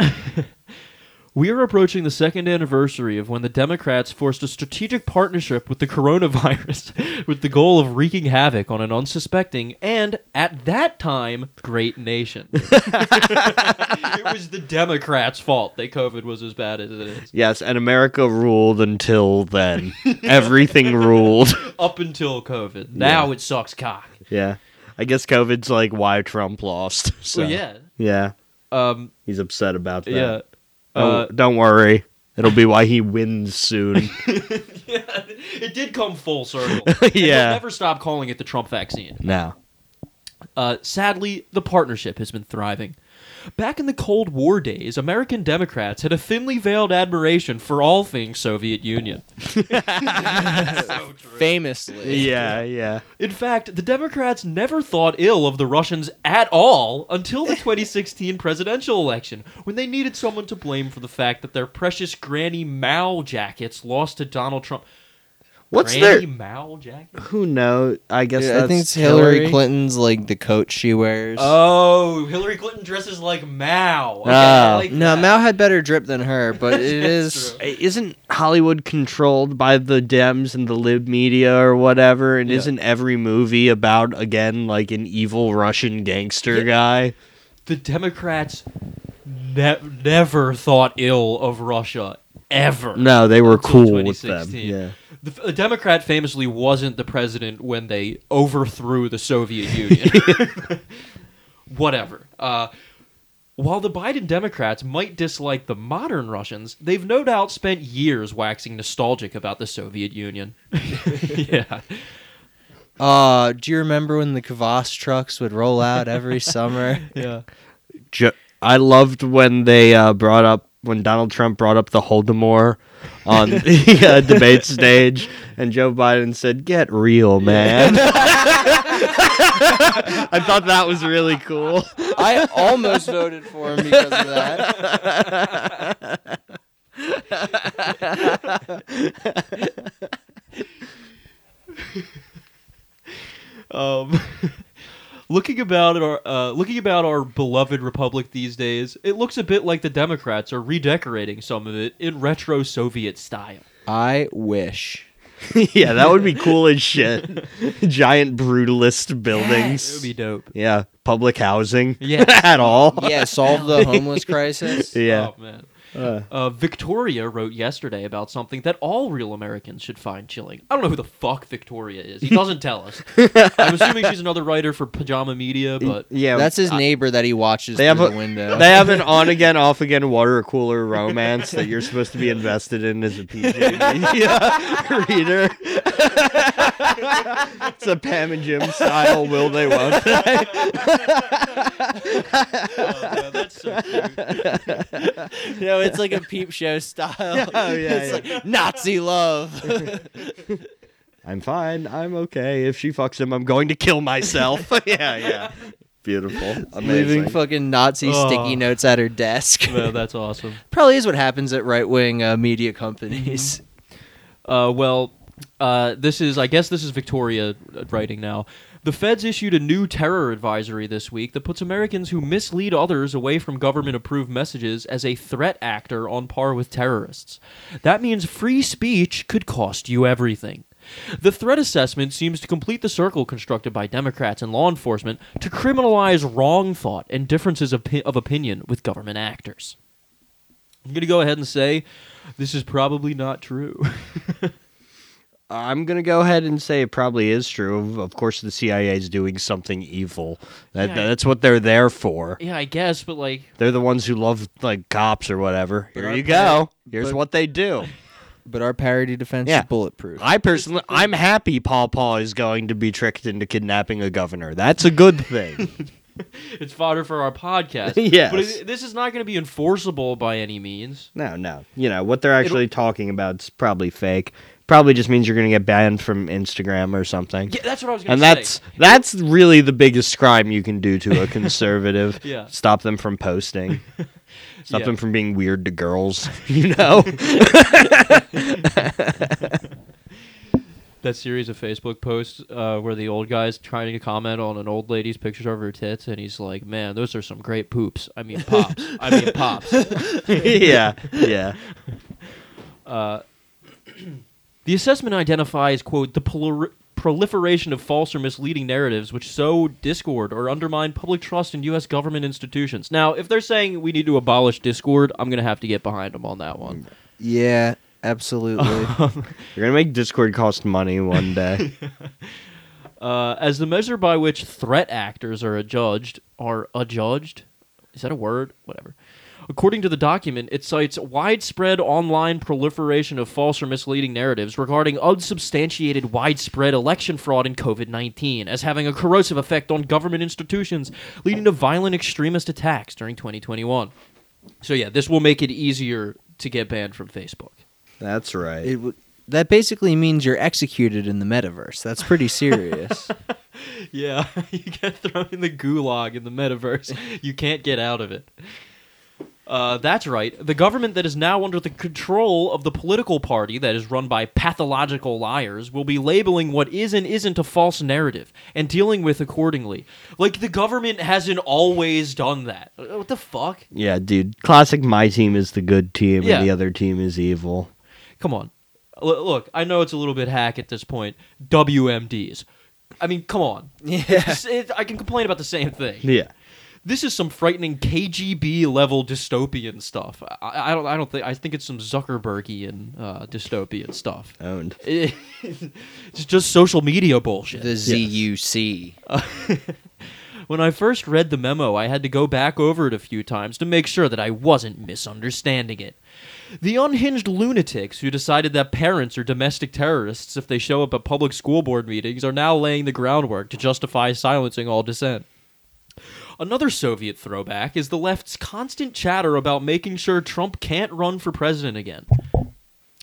S1: We are approaching the second anniversary of when the Democrats forced a strategic partnership with the coronavirus with the goal of wreaking havoc on an unsuspecting and, at that time, great nation. it was the Democrats' fault that COVID was as bad as it is.
S3: Yes, and America ruled until then. Everything ruled.
S1: Up until COVID. Now it sucks cock.
S3: Yeah. I guess COVID's like why Trump lost. So
S1: Well, yeah.
S3: Yeah.
S1: Um,
S3: He's upset about that.
S1: yeah.
S3: Don't-
S1: Uh,
S3: don't worry. It'll be why he wins soon.
S1: it did come full circle.
S3: Yeah.
S1: They'll never stop calling it the Trump vaccine.
S3: now.
S1: Uh, sadly, the partnership has been thriving. Back in the Cold War days, American Democrats had a thinly veiled admiration for all things Soviet Union.
S2: Famously,
S3: Yeah, yeah.
S1: In fact, the Democrats never thought ill of the Russians at all until the 2016 presidential election, when they needed someone to blame for the fact that their precious Granny Mao jackets lost to Donald Trump.
S3: What's
S1: Granny
S3: their
S1: Mao jacket?
S3: Who knows? I guess
S2: Yeah,
S3: that's
S2: I think it's Hillary,
S3: Hillary
S2: Clinton's like the coat she wears.
S1: Oh, Hillary Clinton dresses like Mao. Okay, I
S3: Oh.
S1: like
S2: no,
S1: that.
S2: Mao had better drip than her, but it
S1: That's
S2: is.
S1: true.
S3: isn't Hollywood controlled by the Dems and the lib media or whatever? And
S1: Yeah.
S3: isn't every movie about again like an evil Russian gangster guy?
S1: the Democrats ne- never thought ill of Russia ever.
S3: No, they were
S1: Until
S3: cool with them.
S1: 2016.
S3: Yeah,
S1: The, a Democrat famously wasn't the president when they overthrew the Soviet Union. Whatever. Uh, while the Biden Democrats might dislike the modern Russians, they've no doubt spent years waxing nostalgic about the Soviet Union. yeah.
S2: Uh, do you remember when the Kvass trucks would roll out every summer?
S1: Yeah.
S3: Ju- I loved when they uh, brought up when Donald Trump brought up the Holodomor on the uh, debate stage, and Joe Biden said, "Get real, man." I thought that was really cool.
S2: I almost voted for him because of that.
S1: Um, looking about at our uh, looking about our beloved republic these days, it looks a bit like the Democrats are redecorating some of it in retro Soviet style.
S2: I wish.
S3: yeah, that would be cool as shit. Giant brutalist
S1: It would
S3: buildings.
S1: be dope.
S3: Yeah, public housing.
S2: Yes.
S3: at all.
S2: yeah, solve the homeless crisis.
S3: Yeah.
S1: Oh, man.
S3: Uh,
S1: Uh, Victoria wrote yesterday about something that all real Americans should find chilling. I don't know who the fuck Victoria is. He doesn't tell us. I'm assuming she's another writer for Pajama Media, but
S3: yeah.
S2: That's his neighbor that he watches
S3: They
S2: through
S3: have
S2: the
S3: a-
S2: window.
S3: They have an on again, off again water cooler romance that you're supposed to be invested in as a PG media reader. it's a Pam and Jim style. Will they? Won't they?
S1: Oh, that's so cute.
S2: no, it's like a peep show style.
S3: Oh, yeah,
S2: It's like Nazi love.
S3: I'm fine. I'm okay. If she fucks him, I'm going to kill myself. yeah, yeah. Beautiful.
S2: Leaving fucking Nazi sticky
S1: Oh.
S2: notes at her desk.
S1: No, that's awesome.
S2: Probably is what happens at right wing uh, media
S1: Mm-hmm.
S2: companies.
S1: Uh, well, uh, this is, I guess this is Victoria uh, writing now. The feds issued a new terror advisory this week that puts Americans who mislead others away from government approved messages as a threat actor on par with terrorists. That means free speech could cost you everything. The threat assessment seems to complete the circle constructed by Democrats and law enforcement to criminalize wrong thought and differences of, pi- of opinion with government actors. I'm going to go ahead and say this is probably not true.
S3: I'm gonna go ahead and say it probably is true. Of- Of course, the CIA is doing something evil. That,
S1: Yeah.
S3: That's what they're there for.
S1: Yeah, I guess, but like,
S3: They're the ones who love like cops or whatever. Here
S2: our
S3: you
S2: parent-
S3: go. Here's
S2: but-
S3: what they do.
S2: but our parody defense
S3: Yeah.
S2: is bulletproof.
S3: I personally, I'm happy Paw Paw is going to be tricked into kidnapping a governor. That's a good thing.
S1: it's fodder for our podcast.
S3: Yes.
S1: but it, this is not going to be enforceable by any means.
S3: no, no. You know what they're actually talking about is probably fake. Probably just means you're gonna get banned from Instagram or something.
S1: Yeah, that's what I was going
S3: and
S1: to say.
S3: that's that's really the biggest crime you can do to a conservative.
S1: Yeah.
S3: Stop them from posting. Stop
S1: Yeah.
S3: them from being weird to girls. You know.
S1: that series of Facebook posts uh, where the old guy's trying to comment on an old lady's pictures of her tits, and he's like, "Man, those are some great poops. I mean, pops. I mean, pops."
S3: yeah. Yeah.
S1: The assessment identifies, quote, the prol- proliferation of false or misleading narratives which sow discord or undermine public trust in U.S. government institutions. Now, if they're saying we need to abolish discord, I'm going to have to get behind them on that one.
S2: yeah, absolutely.
S3: You're gonna make Discord cost money one day.
S1: Uh, as the measure by which threat actors are adjudged, are adjudged? Is that a word? Whatever. According to the document, it cites widespread online proliferation of false or misleading narratives regarding unsubstantiated widespread election fraud and COVID 19 as having a corrosive effect on government institutions, leading to violent extremist attacks during 2021. So, yeah, this will make it easier to get banned from Facebook.
S3: That's right.
S2: it w- that basically means you're executed in the metaverse. That's pretty serious.
S1: Yeah, you get thrown in the gulag in the metaverse. You can't get out of it. Uh, that's right. The government that is now under the control of the political party that is run by pathological liars will be labeling what is and isn't a false narrative and dealing with accordingly. Like the government hasn't always done that. Uh, What the fuck?
S3: yeah, dude. Classic. My team is the good team,
S1: Yeah.
S3: and the other team is evil.
S1: Come on. L- look, I know it's a little bit hack at this point. WMDs. I mean, come on.
S2: yeah.
S1: It's- it- I can complain about the same thing.
S3: Yeah.
S1: this is some frightening KGB level dystopian stuff. I, I don't. I don't think. I think it's some Zuckerbergian uh, dystopian stuff.
S3: Owned.
S1: it's just social media bullshit.
S2: The ZUC.
S1: when I first read the memo, I had to go back over it a few times to make sure that I wasn't misunderstanding it. The unhinged lunatics who decided that parents are domestic terrorists if they show up at public school board meetings are now laying the groundwork to justify silencing all dissent. Another Soviet throwback is the left's constant chatter about making sure Trump can't run for president again,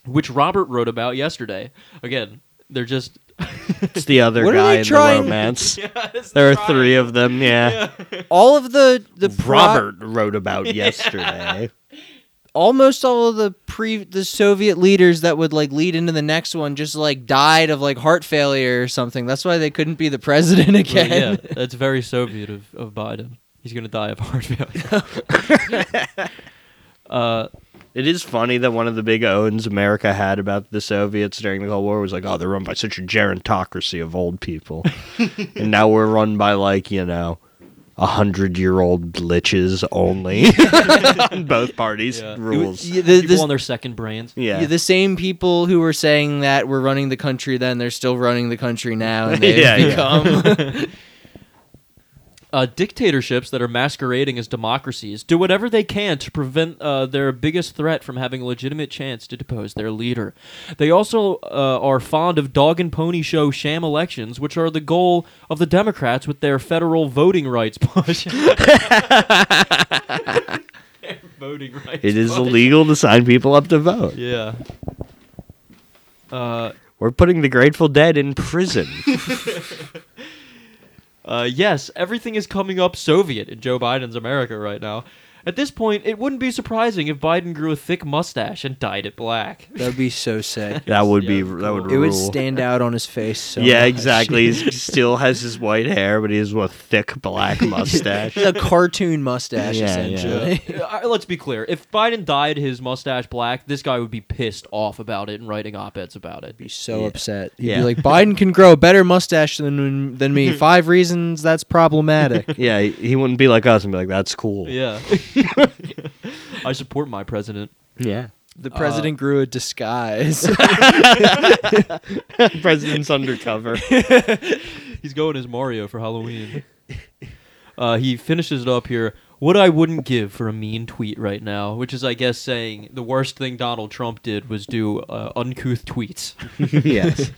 S1: which Robert wrote about yesterday. Again, they're just.
S3: It's the other
S2: What are
S3: guy
S2: they
S3: in
S2: trying-
S3: the romance.
S1: Yes,
S3: There are
S1: try.
S3: three of them. Yeah.
S2: All of the the pro-
S3: Robert wrote about yesterday.
S2: almost all of the pre the Soviet leaders that would like lead into the next one just like died of like heart failure or something. That's why they couldn't be the president
S1: Well,
S2: again.
S1: yeah, that's very Soviet of, of Biden. He's going to die of heart failure. uh,
S3: It is funny that one of the big owns America had about the Soviets during the Cold War was like, oh, they're run by such a gerontocracy of old people. and now we're run by, like, you know, a hundred year old liches only. Both parties
S1: Yeah.
S3: rules.
S2: Yeah, the,
S1: People
S2: this-
S1: on their second brands.
S3: yeah.
S2: yeah, the same people who were saying that were running the country then, they're still running the country now, and they've
S3: Yeah, yeah.
S2: become.
S1: Uh, dictatorships that are masquerading as democracies do whatever they can to prevent uh, their biggest threat from having a legitimate chance to depose their leader. They also uh, are fond of dog and pony show sham elections, which are the goal of the Democrats with their federal voting rights push. Their voting rights.
S3: it is
S1: push.
S3: illegal to sign people up to vote.
S1: Yeah. Uh,
S3: We're putting the Grateful Dead in prison.
S1: Uh, yes, everything is coming up Soviet in Joe Biden's America right now. At this point, it wouldn't be surprising if Biden grew a thick mustache and dyed it black.
S2: That'd be so sick.
S3: that would be
S1: Yeah,
S3: that would
S1: cool.
S2: It would
S3: rule.
S2: stand out on his face. So
S3: yeah,
S2: much.
S3: exactly. He still has his white hair, but he has a thick black mustache.
S2: a cartoon mustache,
S3: Yeah, yeah.
S2: essentially.
S1: Uh, Let's be clear. If Biden dyed his mustache black, this guy would be pissed off about it and writing op-eds about it.
S2: be so upset. He'd
S3: Yeah.
S2: be like, Biden can grow a better mustache than than me. Five reasons that's problematic.
S3: yeah, he- he wouldn't be like us and be like, "That's cool."
S1: Yeah. I support my president.
S3: yeah.
S2: The
S3: Uh,
S2: president grew a disguise.
S3: President's undercover.
S1: He's going as Mario for Halloween. Uh, he finishes it up here. What I wouldn't give for a mean tweet right now, which is, I guess, saying the worst thing Donald Trump did was do uh, uncouth tweets.
S3: yes.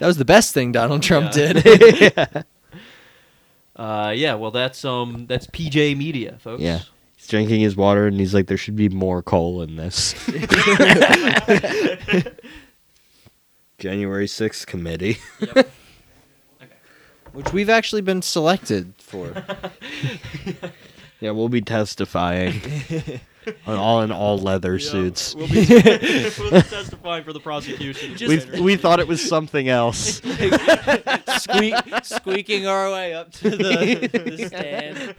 S2: that was the best thing Donald Trump
S1: Yeah.
S2: did.
S1: Uh, yeah, well, that's um, that's PJ Media, folks.
S3: Yeah. He's drinking his water and he's like, "There should be more coal in this." January sixth committee.
S2: Which we've actually been selected for.
S3: Yeah, we'll be testifying. on all in all leather
S1: Yeah,
S3: suits.
S1: We'll be, we'll be testifying for the prosecution.
S3: We we thought it was something else.
S2: Squeak, squeaking our way up to the, the stand.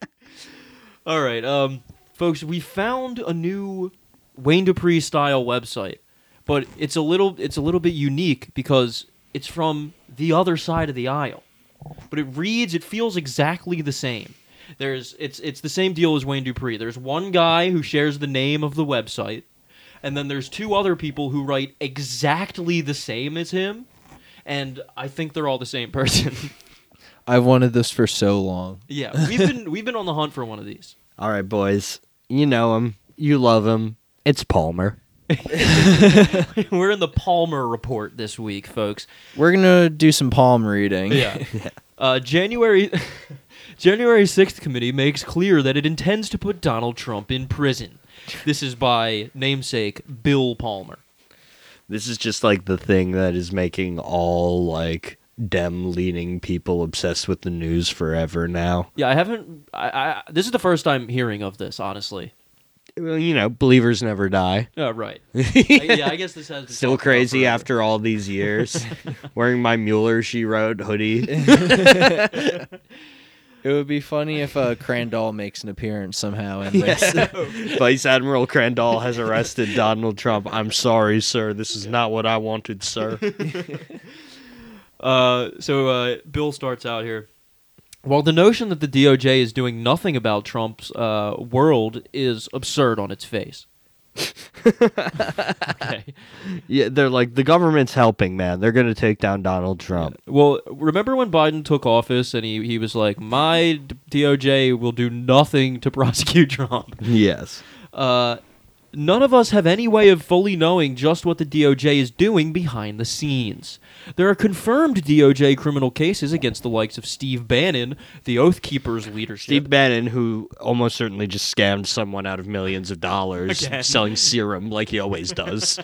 S1: All right, um, folks, we found a new Wayne Dupree style website, but it's a little it's a little bit unique because it's from the other side of the aisle. But it reads, it feels exactly the same. There's it's it's the same deal as Wayne Dupree. There's one guy who shares the name of the website, and then there's two other people who write exactly the same as him, and I think they're all the same person.
S2: I've wanted this for so long.
S1: yeah, we've been we've been on the hunt for one of these.
S3: All right, boys. You know him. You love him. It's Palmer.
S1: We're in the Palmer report this week, folks.
S2: We're gonna do some palm reading.
S1: Uh, January January 6th committee makes clear that it intends to put Donald Trump in prison. This is by namesake Bill Palmer.
S3: This is just like the thing that is making all like dem leaning people obsessed with the news forever now.
S1: Yeah, I haven't I, I this is the first time hearing of this, honestly.
S3: Well, you know, believers never die.
S1: Uh, right. I- yeah, I guess this has been
S3: Still
S1: talked about
S3: crazy
S1: forever.
S3: after all these years. Wearing my Mueller she wrote hoodie.
S2: It would be funny if uh, Crandall makes an appearance somehow in this.
S3: Vice Admiral Crandall has arrested Donald Trump. I'm sorry, sir. This is not what I wanted, sir.
S1: Uh, so uh, Bill starts out here. While the notion that the DOJ is doing nothing about Trump's uh, world is absurd on its face. okay.
S3: Yeah, they're like the government's helping, man. They're gonna take down Donald Trump.
S1: Well, remember when Biden took office and he, he was like, My d- DOJ will do nothing to prosecute Trump.
S3: Yes.
S1: Uh, none of us have any way of fully knowing just what the DOJ is doing behind the scenes. There are confirmed DOJ criminal cases against the likes of Steve Bannon, the Oath Keepers leadership.
S3: Steve Bannon, who almost certainly just scammed someone out of millions of dollars
S1: Again.
S3: selling serum like he always does.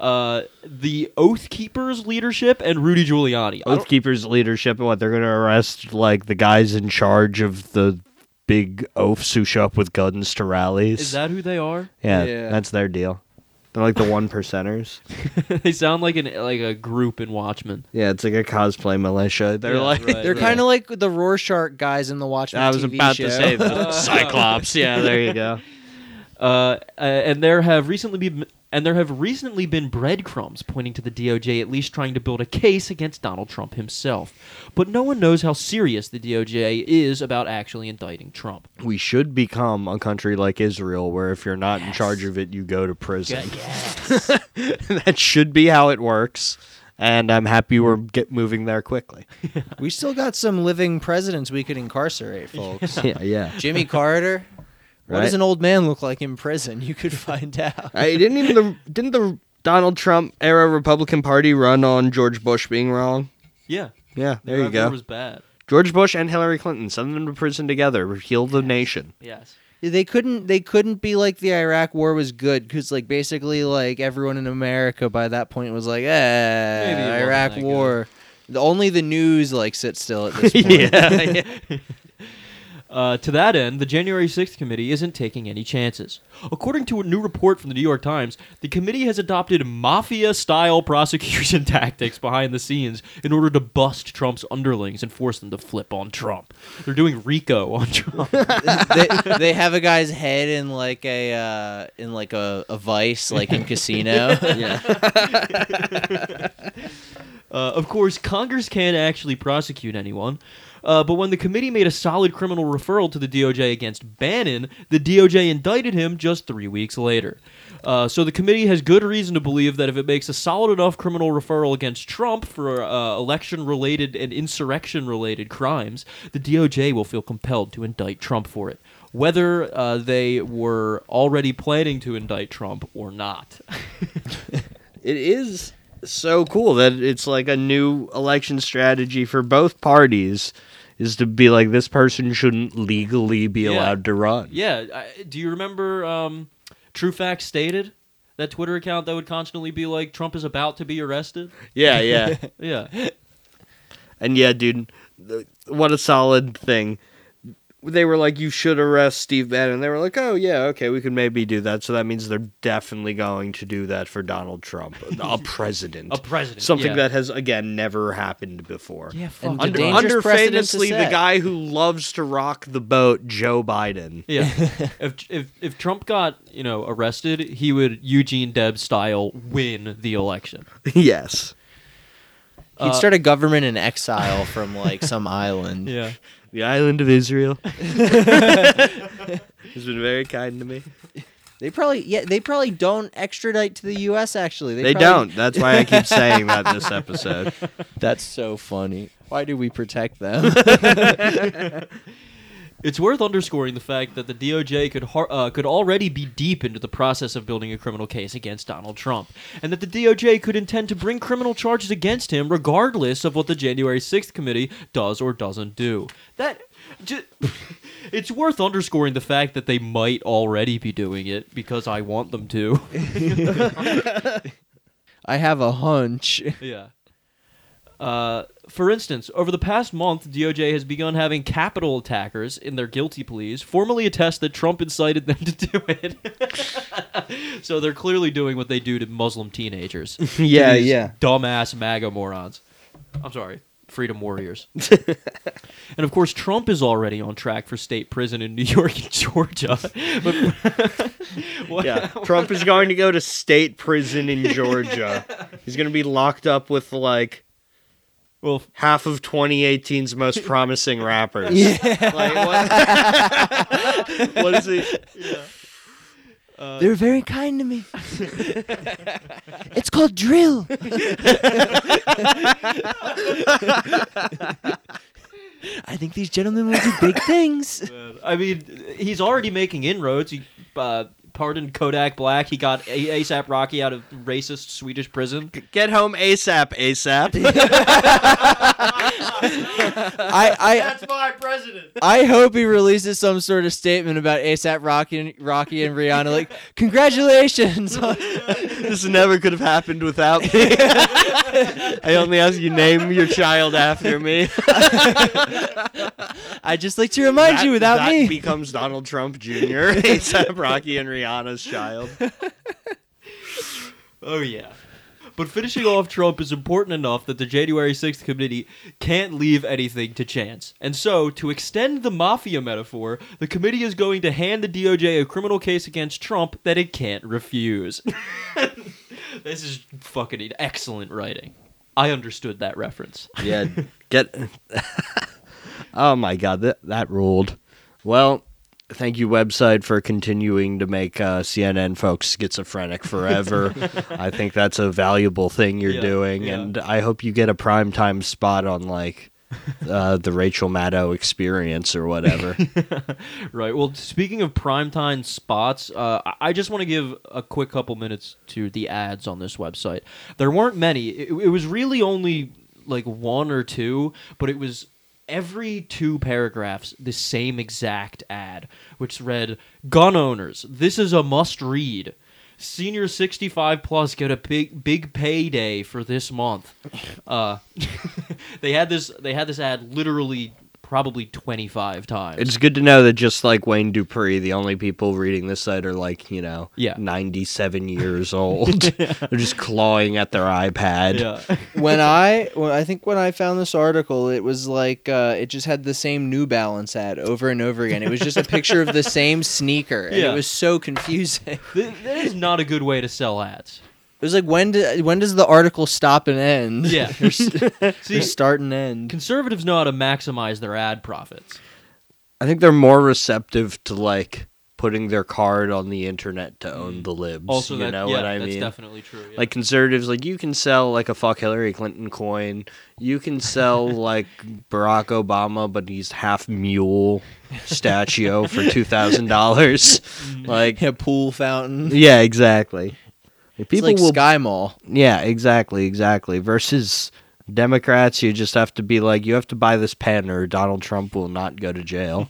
S1: uh, the Oath Keepers leadership and Rudy Giuliani. I
S3: Oath
S1: don't-
S3: Keepers leadership, what they're going to arrest like the guys in charge of the big oafs who show up with guns to rallies.
S1: Is that who they are?
S3: yeah,
S2: Yeah.
S3: that's their deal. They're like the one percenters.
S1: they sound like an like a group in Watchmen.
S3: Yeah, it's like a cosplay militia. They're
S1: Yeah,
S3: like
S1: right,
S2: They're
S1: right.
S2: kind of like the Rorschach guys in the Watchmen.
S3: I was
S2: TV
S3: about
S2: show.
S3: to say
S1: Uh,
S3: the Cyclops. Yeah, there you go.
S1: Uh, uh, and there have recently been and there have recently been breadcrumbs pointing to the DOJ at least trying to build a case against Donald Trump himself. But no one knows how serious the DOJ is about actually indicting Trump.
S3: We should become a country like Israel, where if you're not in charge of it, you go to prison. that should be how it works. And I'm happy we're get moving there quickly.
S2: We still got some living presidents we could incarcerate, folks.
S3: yeah, yeah.
S2: Jimmy Carter. What does
S3: Right.
S2: an old man look like in prison? You could find out.
S3: I didn't even the didn't the Donald Trump era Republican Party run on George Bush being wrong.
S1: Yeah,
S3: Yeah, there
S1: Their
S3: you go.
S1: effort was bad.
S3: George Bush and Hillary Clinton send them to prison together. Heal the nation.
S1: Yes.
S2: They couldn't. They couldn't be like the Iraq War was good because, like, basically, like everyone in America by that point was like, "Eh,
S1: Maybe it wasn't
S2: Iraq
S1: that
S2: War." The, only the news like sits still at this point.
S3: yeah.
S1: Uh, to that end, the January 6th committee isn't taking any chances. According to a new report from the New York Times, the committee has adopted mafia style prosecution tactics behind the scenes in order to bust Trump's underlings and force them to flip on Trump. They're doing Rico on Trump.
S2: they, they have a guy's head in like a uh, in like a, a vice, like in casino.
S1: Uh, of course, Congress can't actually prosecute anyone. Uh, but when the committee made a solid criminal referral to the DOJ against Bannon, the DOJ indicted him just three weeks later. Uh, so the committee has good reason to believe that if it makes a solid enough criminal referral against Trump for uh, election related and insurrection related crimes, the DOJ will feel compelled to indict Trump for it, whether uh, they were already planning to indict Trump or not.
S3: It is so cool that it's like a new election strategy for both parties is to be like this person shouldn't legally be
S1: Yeah.
S3: allowed to run.
S1: Yeah. I, do you remember um, True Facts Stated? That Twitter account that would constantly be like, Trump is about to be arrested?
S3: Yeah, yeah.
S1: Yeah.
S3: and yeah, dude, th- what a solid thing. They were like, you should arrest Steve Bannon. They were like, oh, yeah, okay, we could maybe do that. So that means they're definitely going to do that for Donald Trump, a president.
S1: A president.
S3: Something
S1: yeah.
S3: that has, again, never happened before.
S1: Yeah, fuck.
S2: And the
S3: under,
S2: dangerous
S3: under
S2: precedent to
S3: famously the
S2: set.
S3: guy who loves to rock the boat, Joe Biden.
S1: yeah. if, if, if Trump got, you know, arrested, he would Eugene Debs style win the election.
S3: yes. Uh,
S2: He'd start a government in exile from like some island.
S1: Yeah.
S3: The island of Israel has been very kind to me.
S2: They probably yeah they probably don't extradite to the U.S. Actually,
S3: They
S2: probably-
S3: don't. That's why I keep saying that this episode.
S2: That's so funny. Why do we protect them?
S1: It's worth underscoring the fact that the DOJ could har- uh, could already be deep into the process of building a criminal case against Donald Trump, and that the DOJ could intend to bring criminal charges against him regardless of what the January 6th committee does or doesn't do. That ju- it's worth underscoring the fact that they might already be doing it because I want them to.
S2: I have a hunch.
S1: Yeah. Uh, for instance, over the past month, DOJ has begun having capital attackers in their guilty pleas formally attest that Trump incited them to do it. so they're clearly doing what they do to Muslim teenagers.
S3: yeah,
S1: These Dumbass MAGA morons. I'm sorry. Freedom warriors. and of course, Trump is already on track for state prison in New York and Georgia. But What-
S3: Yeah. Trump is going to go to state prison in Georgia. He's going to be locked up with like
S1: well,
S3: half of 2018's most promising rappers. Like, what- what is it?
S2: They're very kind to me. it's called drill. I think these gentlemen will do big things.
S1: I mean, he's already making inroads. He uh, pardoned Kodak Black. He got A- ASAP Rocky out of racist Swedish prison.
S3: Get home ASAP, ASAP.
S2: I,
S1: my president.
S2: I I hope he releases some sort of statement about ASAP Rocky and Rocky and Rihanna. Like, congratulations.
S3: this never could have happened without me. I only ask you name your child after me.
S2: I just like to remind you without
S3: that
S2: me.
S3: becomes Donald Trump Jr. ASAP Rocky and Rihanna's child.
S1: Oh yeah. But finishing off Trump is important enough that the January 6th committee can't leave anything to chance. And so, to extend the mafia metaphor, the committee is going to hand the DOJ a criminal case against Trump that it can't refuse. this is fucking excellent writing. I understood that reference.
S3: Yeah, get. oh my god, that that ruled. Well, thank you website for continuing to make uh, CNN folks schizophrenic forever. I think that's a valuable thing you're
S1: Yeah,
S3: doing,
S1: yeah.
S3: and I hope you get a prime time spot on like uh, the Rachel Maddow experience or whatever.
S1: Right. Well, speaking of primetime spots, uh, I- I just want to give a quick couple minutes to the ads on this website. There weren't many. It, it was really only like one or two, but it was every two paragraphs the same exact ad, which read Gun owners, this is a must read. Senior 65 plus get a big big payday for this month. Uh, they had this they had this ad literally probably 25 times.
S3: It's good to know that just like Wayne Dupree, the only people reading this site are like, you know,
S1: Yeah.
S3: 97 years old. They're just clawing at their iPad.
S1: yeah.
S2: when I when I think when I found this article, it was like uh, it just had the same New Balance ad over and over again. It was just a picture of the same sneaker, and
S1: Yeah.
S2: it was so confusing.
S1: Th- that is not a good way to sell ads.
S2: It was like when do, when does the article stop and end?
S1: Yeah.
S2: or, s- or
S1: See,
S2: start and end.
S1: conservatives know how to maximize their ad profits.
S3: I think they're more receptive to like putting their card on the internet to own the libs.
S1: Mm. Also,
S3: you
S1: that,
S3: know
S1: yeah,
S3: what I
S1: that's
S3: mean?
S1: definitely true. yeah.
S3: Like conservatives, like you can sell like a fuck Hillary Clinton coin. You can sell like Barack Obama, but he's half mule statue for two thousand dollars.
S1: Mm.
S3: Like,
S2: A pool fountain.
S3: yeah, exactly. Like,
S2: People
S3: People will
S2: Sky Mall.
S3: Yeah, exactly, exactly. Versus Democrats, you just have to be like, you have to buy this pen, or Donald Trump will not go to jail.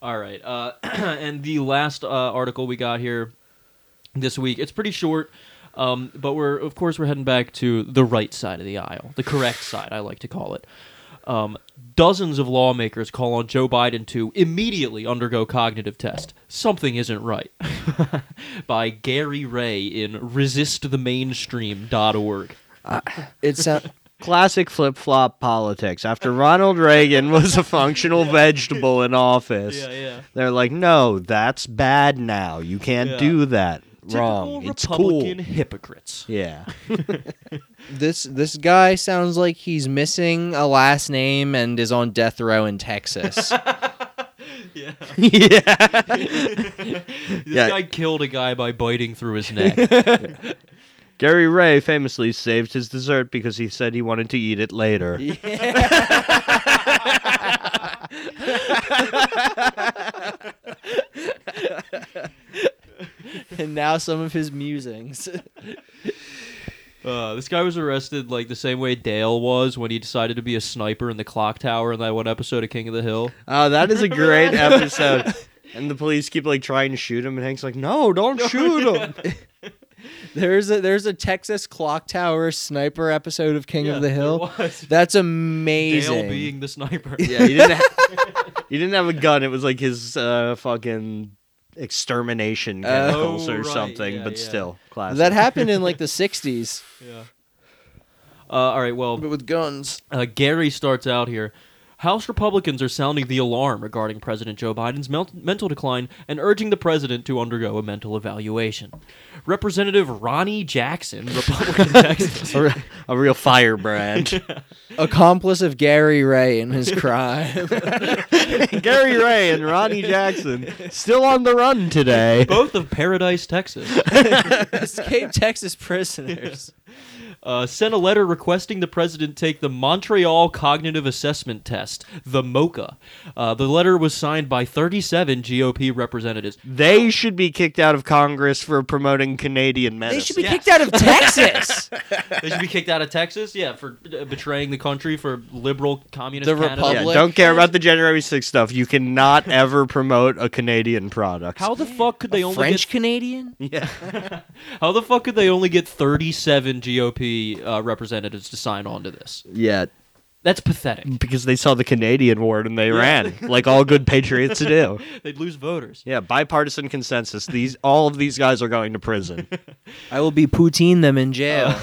S1: All right. Uh, and the last uh, article we got here this week, it's pretty short. Um, but we're of course we're heading back to the right side of the aisle, the correct side, I like to call it. Um, dozens of lawmakers call on Joe Biden to immediately undergo cognitive test. Something isn't right. By Gary Ray in resistthemainstream.org.
S2: It's a,
S3: Classic flip flop politics. After Ronald Reagan was a functional vegetable in office,
S1: yeah.
S3: they're like, no, that's bad now. You can't
S1: Yeah.
S3: do that. Wrong.
S1: Typical
S3: It's
S1: Republican
S3: cool.
S1: hypocrites.
S3: Yeah.
S2: this this guy sounds like he's missing a last name and is on death row in Texas.
S1: Yeah.
S3: yeah.
S1: this
S3: Yeah.
S1: guy killed a guy by biting through his neck.
S3: Gary Ray famously saved his dessert because he said he wanted to eat it later.
S2: and now some of his musings.
S1: Uh, this guy was arrested like the same way Dale was when he decided to be a sniper in the clock tower in that one episode of King of the Hill.
S3: Oh, that is a great episode. And the police keep like trying to shoot him, and Hank's like, "No, don't shoot him."
S2: There's a there's a Texas clock tower sniper episode of King
S1: Yeah,
S2: of the
S1: there
S2: Hill.
S1: was.
S2: That's
S1: Dale
S2: amazing.
S1: being the sniper.
S3: yeah, he didn't. Ha- he didn't have a gun. It was like his uh, fucking extermination
S2: Oh,
S3: chemicals or
S1: right,
S3: something.
S1: yeah,
S3: but
S1: yeah.
S3: still, classic.
S2: that happened in like the 60s,
S1: Yeah. Uh, all right. Well,
S2: but with guns.
S1: uh, Gary starts out here. House Republicans are sounding the alarm regarding President Joe Biden's mel- mental decline and urging the president to undergo a mental evaluation. Representative Ronnie Jackson, Republican Texas.
S3: a, re- a real firebrand.
S2: Accomplice of Gary Ray in his crime.
S3: Gary Ray and Ronnie Jackson still on the run today.
S1: Both of Paradise, Texas.
S2: Escaped Texas prisoners.
S1: uh, sent a letter requesting the president take the Montreal Cognitive Assessment Test, the MOCA. Uh, the letter was signed by 37 GOP representatives.
S3: They should be kicked out of Congress for promoting Canadian medicine.
S2: They should be
S1: Yes.
S2: kicked out of Texas.
S1: They should be kicked out of Texas, yeah, for uh, betraying the country for liberal communist
S2: The
S1: Canada.
S2: Republic.
S3: Yeah, don't care about the January 6th stuff. You cannot ever promote a Canadian product.
S1: How the fuck could they only
S2: French Canadian?
S3: Yeah.
S1: get How the fuck could they only get 37 GOP uh, representatives to sign on to this?
S3: Yeah.
S4: That's pathetic.
S2: Mm.
S3: because they saw the Canadian ward and they ran like all good patriots do.
S1: They'd lose voters.
S3: Yeah, bipartisan consensus. These all of these guys are going to prison.
S2: I will be poutine them in jail.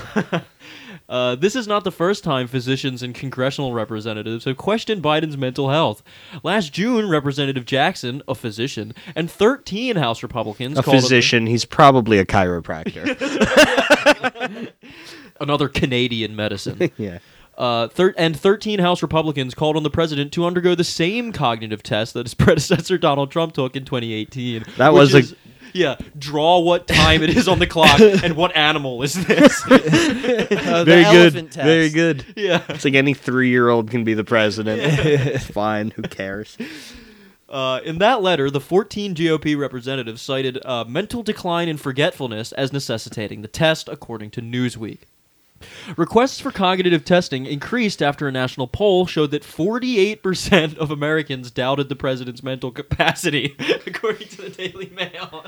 S1: Uh, this is not the first time physicians and congressional representatives have questioned Biden's mental health. Last June, Representative Jackson, a physician, and 13 House Republicans
S3: A
S1: called him-
S3: physician. He's probably a chiropractor.
S1: another Canadian medicine.
S3: yeah.
S1: Uh, thir- and 13 House Republicans called on the president to undergo the same cognitive test that his predecessor Donald Trump took in 2018.
S3: That
S1: which
S3: was a-
S1: is- yeah. Draw what time it is on the clock and what animal is this?
S2: Uh, the
S3: Very good.
S2: elephant test.
S3: Very good.
S1: yeah.
S3: It's like any three-year-old can be the president. It's Fine. Who cares?
S1: Uh, in that letter, the 14 GOP representatives cited uh, mental decline and forgetfulness as necessitating the test, according to Newsweek. Requests for cognitive testing increased after a national poll showed that 48% of Americans doubted the president's mental capacity, according to the Daily Mail.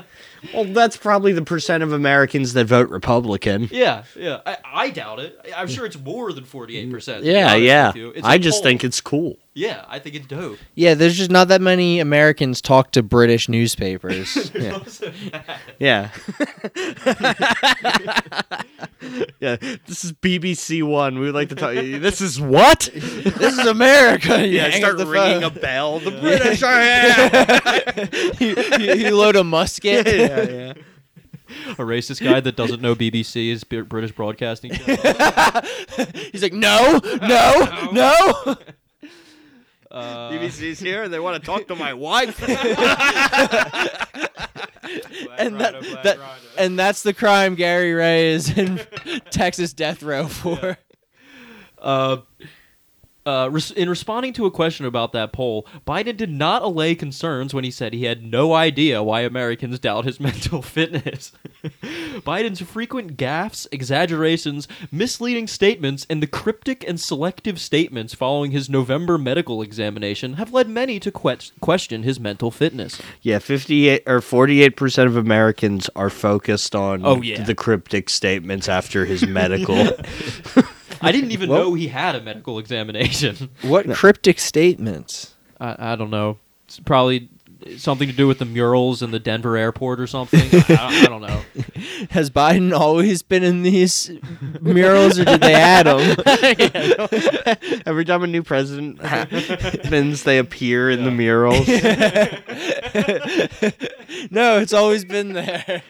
S3: Well, that's probably the percent of Americans that vote Republican.
S1: Yeah, yeah. I, I doubt it. I- I'm sure it's more than 48%. to be
S3: Yeah,
S1: honest with
S3: yeah.
S1: you. It's a
S3: I just
S1: poll.
S3: think it's cool.
S1: Yeah, I think it's dope.
S2: Yeah, there's just not that many Americans talk to British newspapers. yeah.
S3: Yeah. yeah. This is BBC One. We would like to talk. This is what?
S2: This is America. You
S3: Yeah.
S2: hang
S3: Start
S2: up the
S3: ringing
S2: phone.
S3: a bell. The British are here.
S2: you, you, you load a musket.
S3: yeah, yeah.
S1: A racist guy that doesn't know BBC is Br- British Broadcasting.
S2: He's like, no, no, no.
S1: Uh,
S3: BBC's here. They want to talk to my wife.
S2: and that, that and that's the crime Gary Ray is in Texas death row for.
S1: Uh, uh, res- in responding to a question about that poll, Biden did not allay concerns when he said he had no idea why Americans doubt his mental fitness. Biden's frequent gaffes, exaggerations, misleading statements, and the cryptic and selective statements following his November medical examination have led many to que- question his mental fitness.
S3: Yeah, fifty-eight or forty-eight percent of Americans are focused on
S1: Oh, yeah.
S3: the cryptic statements after his medical.
S1: I didn't even
S2: Well-
S1: know he had a medical examination.
S2: What cryptic statements?
S1: I, I don't know. It's probably something to do with the murals in the Denver airport or something. I, I don't know.
S2: Has Biden always been in these murals, or did they add them?
S3: Every time a new president happens, they appear in the murals.
S2: No, it's always been there.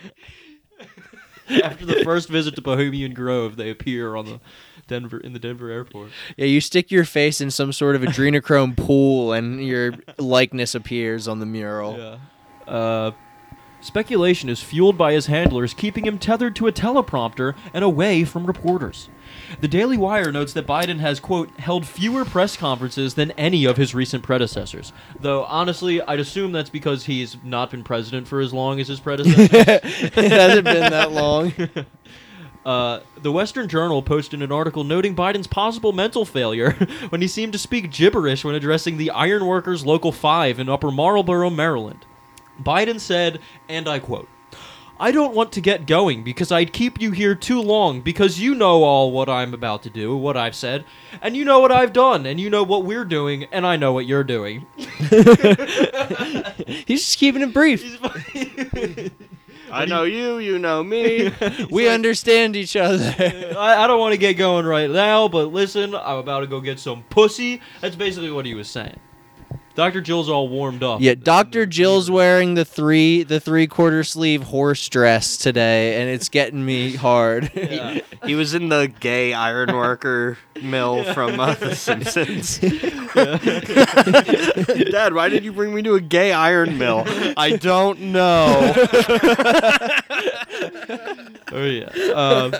S1: After the first visit to Bohemian Grove, they appear on the Denver in the Denver airport.
S2: Yeah, you stick your face in some sort of adrenochrome pool, and your likeness appears on the mural.
S1: Yeah. Uh, speculation is fueled by his handlers keeping him tethered to a teleprompter and away from reporters. The Daily Wire notes that Biden has, quote, held fewer press conferences than any of his recent predecessors. Though, honestly, I'd assume that's because he's not been president for as long as his predecessor.
S2: it hasn't been that long.
S1: Uh, the Western Journal posted an article noting Biden's possible mental failure when he seemed to speak gibberish when addressing the Ironworkers Local 5 in Upper Marlboro, Maryland. Biden said, and I quote, I don't want to get going because I'd keep you here too long because you know all what I'm about to do, what I've said, and you know what I've done, and you know what we're doing, and I know what you're doing.
S2: He's just keeping it brief.
S3: I know you, you know me.
S2: We understand each other.
S1: I, I don't want to get going right now, but listen, I'm about to go get some pussy. That's basically what he was saying. Dr. Jill's all warmed up.
S2: Yeah, Doctor Jill's wearing the three the three quarter sleeve horse dress today, and it's getting me hard.
S1: Yeah.
S3: he was in the gay ironworker mill from uh, The Simpsons. Dad, why did you bring me to a gay iron mill? I don't know.
S1: Oh yeah. Um,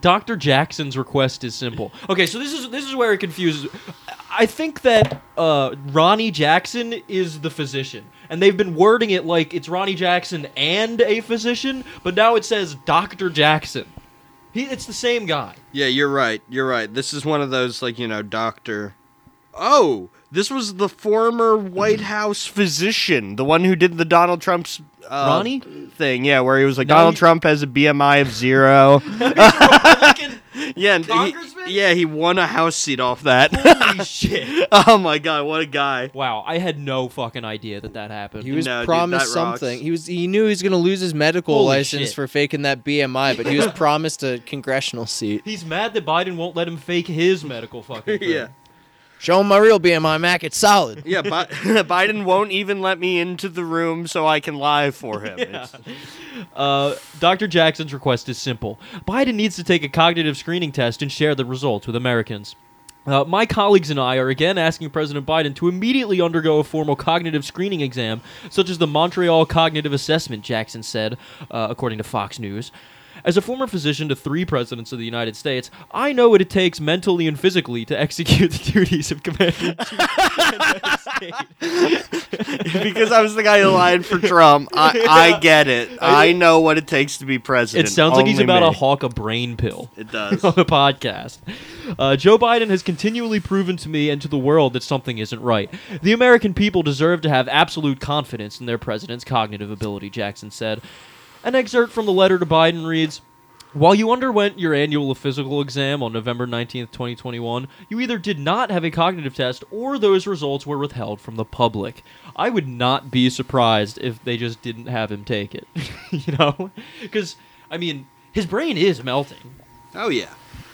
S1: Dr. Jackson's request is simple. Okay, so this is this is where it confuses. I think that uh, Ronnie Jackson is the physician, and they've been wording it like it's Ronnie Jackson and a physician, but now it says Dr. Jackson. He, it's the same guy.
S3: Yeah, you're right. You're right. This is one of those, like, you know, doctor. Oh, this was the former White
S1: Mm-hmm.
S3: House physician, the one who did the Donald Trump's. Uh,
S1: Ronnie?
S3: thing, yeah, where he was like
S1: No,
S3: Donald
S1: he-
S3: Trump has a BMI of zero.
S1: Republican.
S3: Yeah, and he-
S1: Congressman?
S3: yeah, he won a house seat off that.
S1: Holy shit.
S3: oh my god, what a guy!
S1: Wow, I had no fucking idea that that happened.
S2: He was
S3: No, dude, that
S2: promised
S3: rocks.
S2: something. He was he knew he was going to lose his medical
S1: Holy
S2: license
S1: shit.
S2: for faking that BMI, but he was promised a congressional seat.
S1: He's mad that Biden won't let him fake his medical fucking thing.
S3: Yeah,
S2: Show him my real BMI, Mac. It's solid.
S3: yeah. Bi- Biden won't even let me into the room so I can lie for him. It's-
S1: Uh, Dr. Jackson's request is simple. Biden needs to take a cognitive screening test and share the results with Americans. Uh, my colleagues and I are again asking President Biden to immediately undergo a formal cognitive screening exam, such as the Montreal Cognitive Assessment, Jackson said, uh, according to Fox News. As a former physician to three presidents of the United States, I know what it takes mentally and physically to execute the duties of commander in chief.
S3: because I was the guy who lied for Trump. I, I get it. I know what it takes to be
S1: It
S3: president.
S1: sounds like he's
S3: Only
S1: about
S3: me.
S1: to hawk a brain pill.
S3: It does.
S1: on the podcast. Uh, Joe Biden has continually proven to me and to the world that something isn't right. The American people deserve to have absolute confidence in their president's cognitive ability, Jackson said. An excerpt from the letter to Biden reads. While you underwent your annual physical exam on November 19th, 2021, you either did not have a cognitive test or those results were withheld from the public. I would not be surprised if they just didn't have him take it. you know? Because, I mean, his brain is melting.
S3: Oh yeah,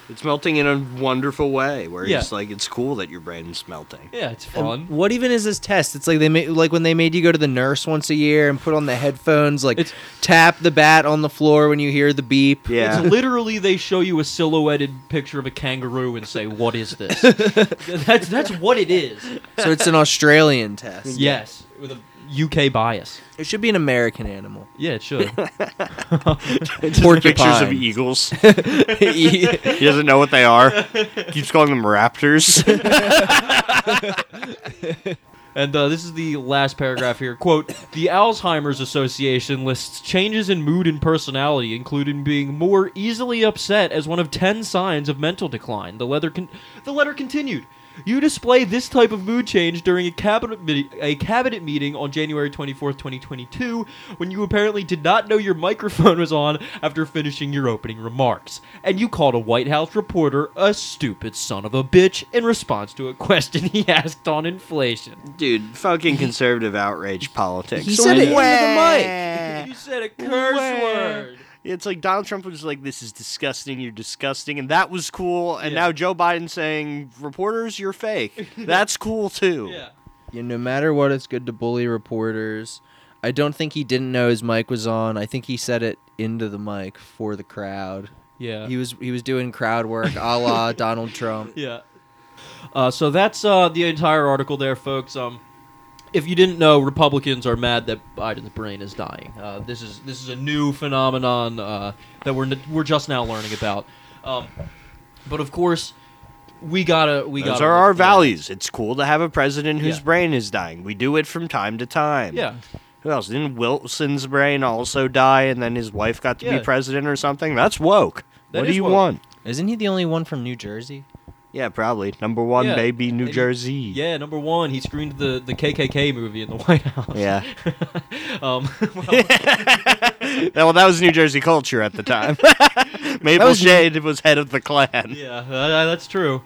S3: it's melting in a wonderful way where
S1: Yeah.
S3: it's like it's cool that your brain's melting.
S1: Yeah, it's fun.
S2: What even is this test? It's like they made like when they made you go to the nurse once a year and put on the headphones, like
S1: It's-
S2: tap the bat on the floor when you hear the beep.
S3: Yeah,
S1: It's literally they show you a silhouetted picture of a kangaroo and say, "What is this?" that's that's what it is.
S2: So it's an Australian test.
S1: Yes, with a UK bias.
S2: It should be an American animal.
S1: Yeah, it should.
S3: Just pictures of
S2: Porcupine.
S3: eagles.
S2: Yeah.
S3: He doesn't know what they are. Keeps calling them raptors.
S1: And uh, this is the last paragraph here. Quote The Alzheimer's Association lists changes in mood and personality, including being more easily upset, as one of 10 signs of mental decline. The letter, con- the letter continued. You display this type of mood change during a cabinet, mi- a cabinet meeting on January 24th, 2022, when you apparently did not know your microphone was on after finishing your opening remarks. And you called a White House reporter a stupid son of a bitch in response to a question he asked on inflation.
S3: Dude, fucking conservative outrage politics.
S2: He said it into the
S3: Wah.
S1: You said a curse
S3: Wah.
S1: word.
S3: It's like Donald Trump was like, "This is disgusting. You're disgusting," and that was cool. And
S1: Yeah.
S3: now Joe Biden saying, "Reporters, you're fake." That's cool too.
S1: Yeah.
S2: Yeah, no matter what, it's good to bully reporters. I don't think he didn't know his mic was on. I think he said it into the mic for the crowd.
S1: Yeah.
S2: He was he was doing crowd work, a la Donald Trump.
S1: yeah. Uh, so that's uh, the entire article there, folks. Um, if you didn't know, Republicans are mad that Biden's brain is dying. Uh, this is this is a new phenomenon uh, that we're n- we're just now learning about. Um, but of course, we gotta we
S3: Those
S1: gotta
S3: are our
S1: look for-
S3: values. It's cool to have a president whose
S1: Yeah.
S3: brain is dying. We do it from time to time.
S1: Yeah.
S3: Who else? Didn't Wilson's brain also die, and then his wife got to
S1: Yeah.
S3: be president or something? That's woke.
S1: That
S3: what do
S1: is
S3: you
S1: woke.
S3: want?
S2: Isn't he the only one from New Jersey?
S3: Yeah, probably number one,
S1: Yeah.
S3: baby, New
S1: Maybe-
S3: Jersey.
S1: Yeah, number one, he screened the, the KKK movie in the White House.
S3: Yeah.
S1: um,
S3: Yeah, well, that was New Jersey culture at the time. Maple
S2: was-
S3: Shade was head of the clan.
S1: Yeah, tha- that's true.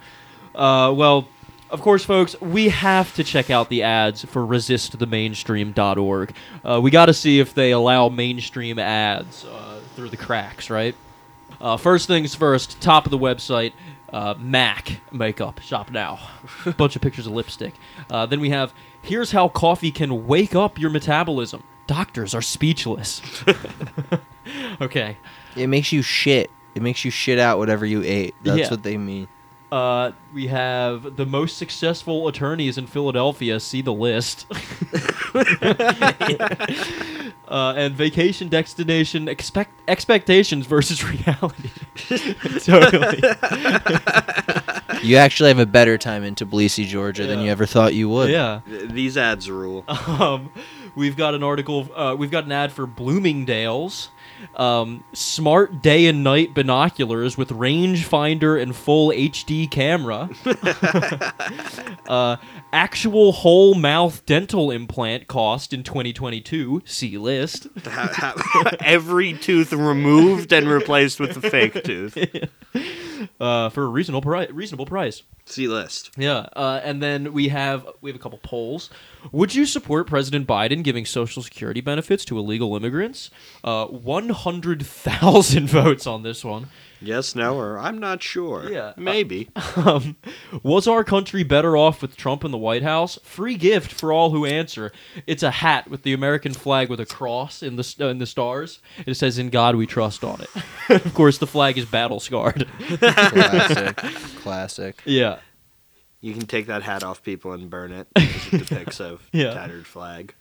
S1: Uh, well, of course, folks, we have to check out the ads for resistthemainstream.org. Uh, we got to see if they allow mainstream ads uh, through the cracks, right? Uh, first things first, top of the website, uh, MAC makeup, shop now. Bunch of pictures of lipstick. Uh, then we have here's how coffee can wake up your metabolism. Doctors are speechless. okay.
S2: It makes you shit. It makes you shit out whatever you ate. That's
S1: Yeah.
S2: what they mean.
S1: Uh, we have the most successful attorneys in Philadelphia. See the list. uh, and vacation destination expect expectations versus reality. totally.
S2: You actually have a better time in Tbilisi, Georgia, than
S1: Yeah.
S2: you ever thought you would.
S1: Yeah.
S3: These ads rule.
S1: Um, we've got an article. Uh, we've got an ad for Bloomingdale's. Um, smart day and night binoculars with range finder and full HD camera. uh, actual whole mouth dental implant cost in 2022. See list.
S3: Every tooth removed and replaced with a fake tooth.
S1: uh, for a reasonable pri- reasonable price.
S3: C list.
S1: Yeah, uh, and then we have we have a couple polls. Would you support President Biden giving Social Security benefits to illegal immigrants? Uh, one hundred thousand votes on this one.
S3: Yes, no, or I'm not sure.
S1: Yeah.
S3: Maybe.
S1: Um, was our country better off with Trump in the White House? Free gift for all who answer. It's a hat with the American flag with a cross in the in the stars. It says "In God We Trust" on it. of course, the flag is battle scarred.
S2: Classic. Classic.
S1: yeah,
S3: you can take that hat off people and burn it. 'cause It depicts a
S1: Yeah.
S3: tattered flag.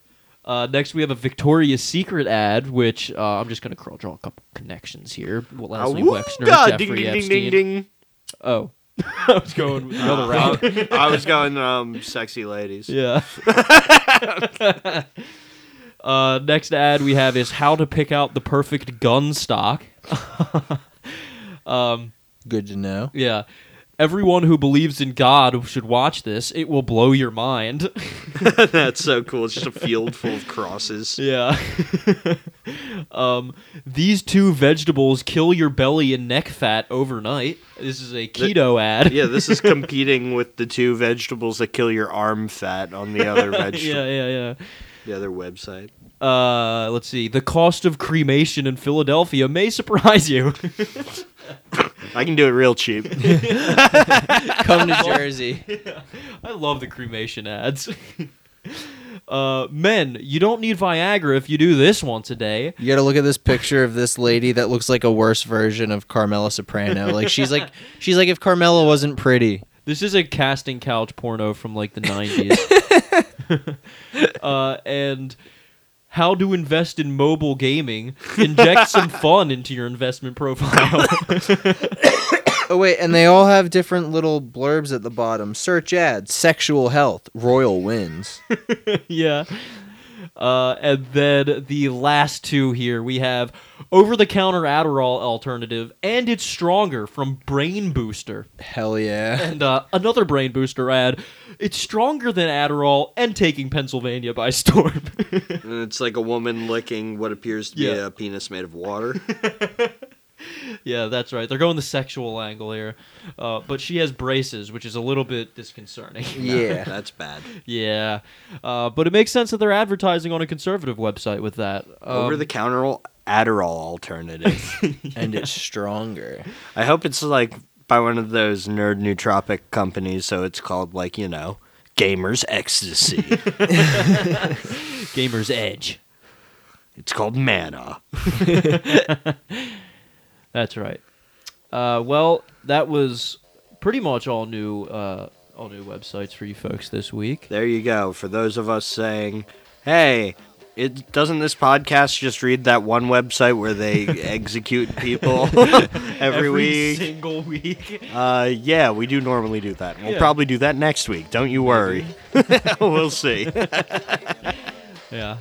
S1: Uh, next, we have a Victoria's Secret ad, which uh, I'm just going to draw a couple connections here. Well, Leslie
S3: Ah, woo,
S1: Wexner,
S3: da,
S1: Jeffrey
S3: ding, ding,
S1: Epstein.
S3: ding, ding.
S1: Oh, I was going with the other route.
S3: Uh, I was going um, sexy ladies.
S1: Yeah. uh, next ad we have is how to pick out the perfect gun stock. um,
S2: Good to know.
S1: yeah. Everyone who believes in God should watch this. It will blow your mind.
S3: That's so cool. It's just a field full of crosses.
S1: Yeah. um, these two vegetables kill your belly and neck fat overnight. This is a keto ad.
S3: Yeah, this is competing with the two vegetables that kill your arm fat on the other
S1: yeah,
S3: vegetable,
S1: yeah,
S3: the other website.
S1: yeah. Uh, let's see. The cost of cremation in Philadelphia may surprise you.
S3: I can do it real cheap.
S2: Come to Jersey.
S1: I love the cremation ads. uh, men, you don't need Viagra if you do this once a day.
S2: You got to look at this picture of this lady that looks like a worse version of Carmela Soprano. Like she's like she's like if Carmela wasn't pretty.
S1: This is a casting couch porno from like the 90s. uh, and how to invest in mobile gaming. Inject some fun into your investment profile.
S2: Oh wait, and they all have different little blurbs at the bottom. Search ads, sexual health, royal wins.
S1: yeah. Uh, and then the last two here we have over the counter Adderall alternative, and it's stronger from Brain Booster.
S2: Hell yeah.
S1: And uh, another brain booster ad. It's stronger than Adderall and taking Pennsylvania by storm.
S3: And it's like a woman licking what appears to be
S1: Yeah.
S3: a penis made of water.
S1: yeah, that's right. They're going the sexual angle here. Uh, but she has braces, which is a little bit disconcerting.
S2: Yeah.
S3: That's bad.
S1: yeah. Uh, but it makes sense that they're advertising on a conservative website with that. Um,
S3: Over the counter Adderall alternative.
S2: And it's stronger.
S3: I hope it's like by one of those nerd nootropic companies, so it's called like, you know, Gamer's Ecstasy.
S1: Gamer's Edge.
S3: it's called Mana.
S1: That's right. Uh, well, that was pretty much all new. Uh, all new websites for you folks this week.
S3: There you go. For those of us saying, hey, it doesn't this podcast just read that one website where they execute people every, week?
S1: single week.
S3: Uh, yeah, we do normally do that. We'll
S1: Yeah.
S3: probably do that next week. Don't you worry. we'll see.
S1: Yeah.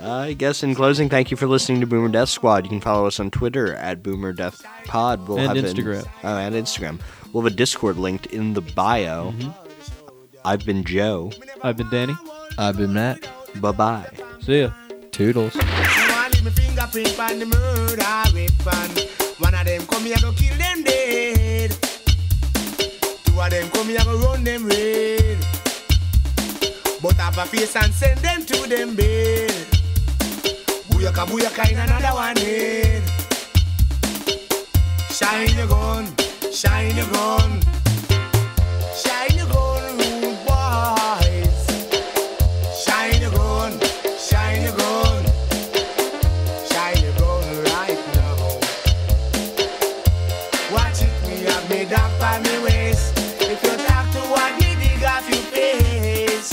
S3: I guess in closing, thank you for listening to Boomer Death Squad. You can follow us on Twitter at Boomer Death Pod. We'll
S1: And
S3: have an-
S1: Instagram.
S3: oh, and Instagram. We'll have a Discord linked in the bio. I've been Joe.
S1: Mm-hmm.
S3: Uh,
S1: I've been Danny.
S2: I've been Matt.
S3: Bye bye.
S1: See ya.
S2: Toodles.
S4: One leave me fingerprint on the murder weapon. One of them come here go kill them dead. Two of them come here go run them red. But have a face and send them to them bed. Booyaka booyaka in another one head. Shine your gun, shine your gun. Shine your gun, rude boys. Shine your gun, shine your gun. Shine your gun right now. Watch it, me have me dark by me waist. If you talk to what me dig off your face.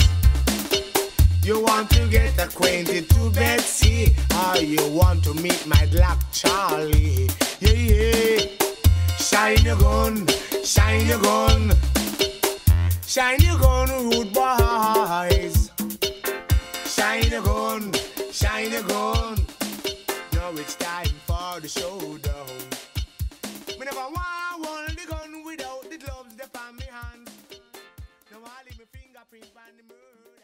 S4: You want to get acquainted to Betsy, or you want to meet my black Charlie. Yeah, yeah. Shine your gun, shine your gun. Shine your gun, rude boys. Shine your gun, shine your gun. Now it's time for the showdown. Me never want one the gun without the gloves that on me hands. Now I leave my fingerprint on the murder.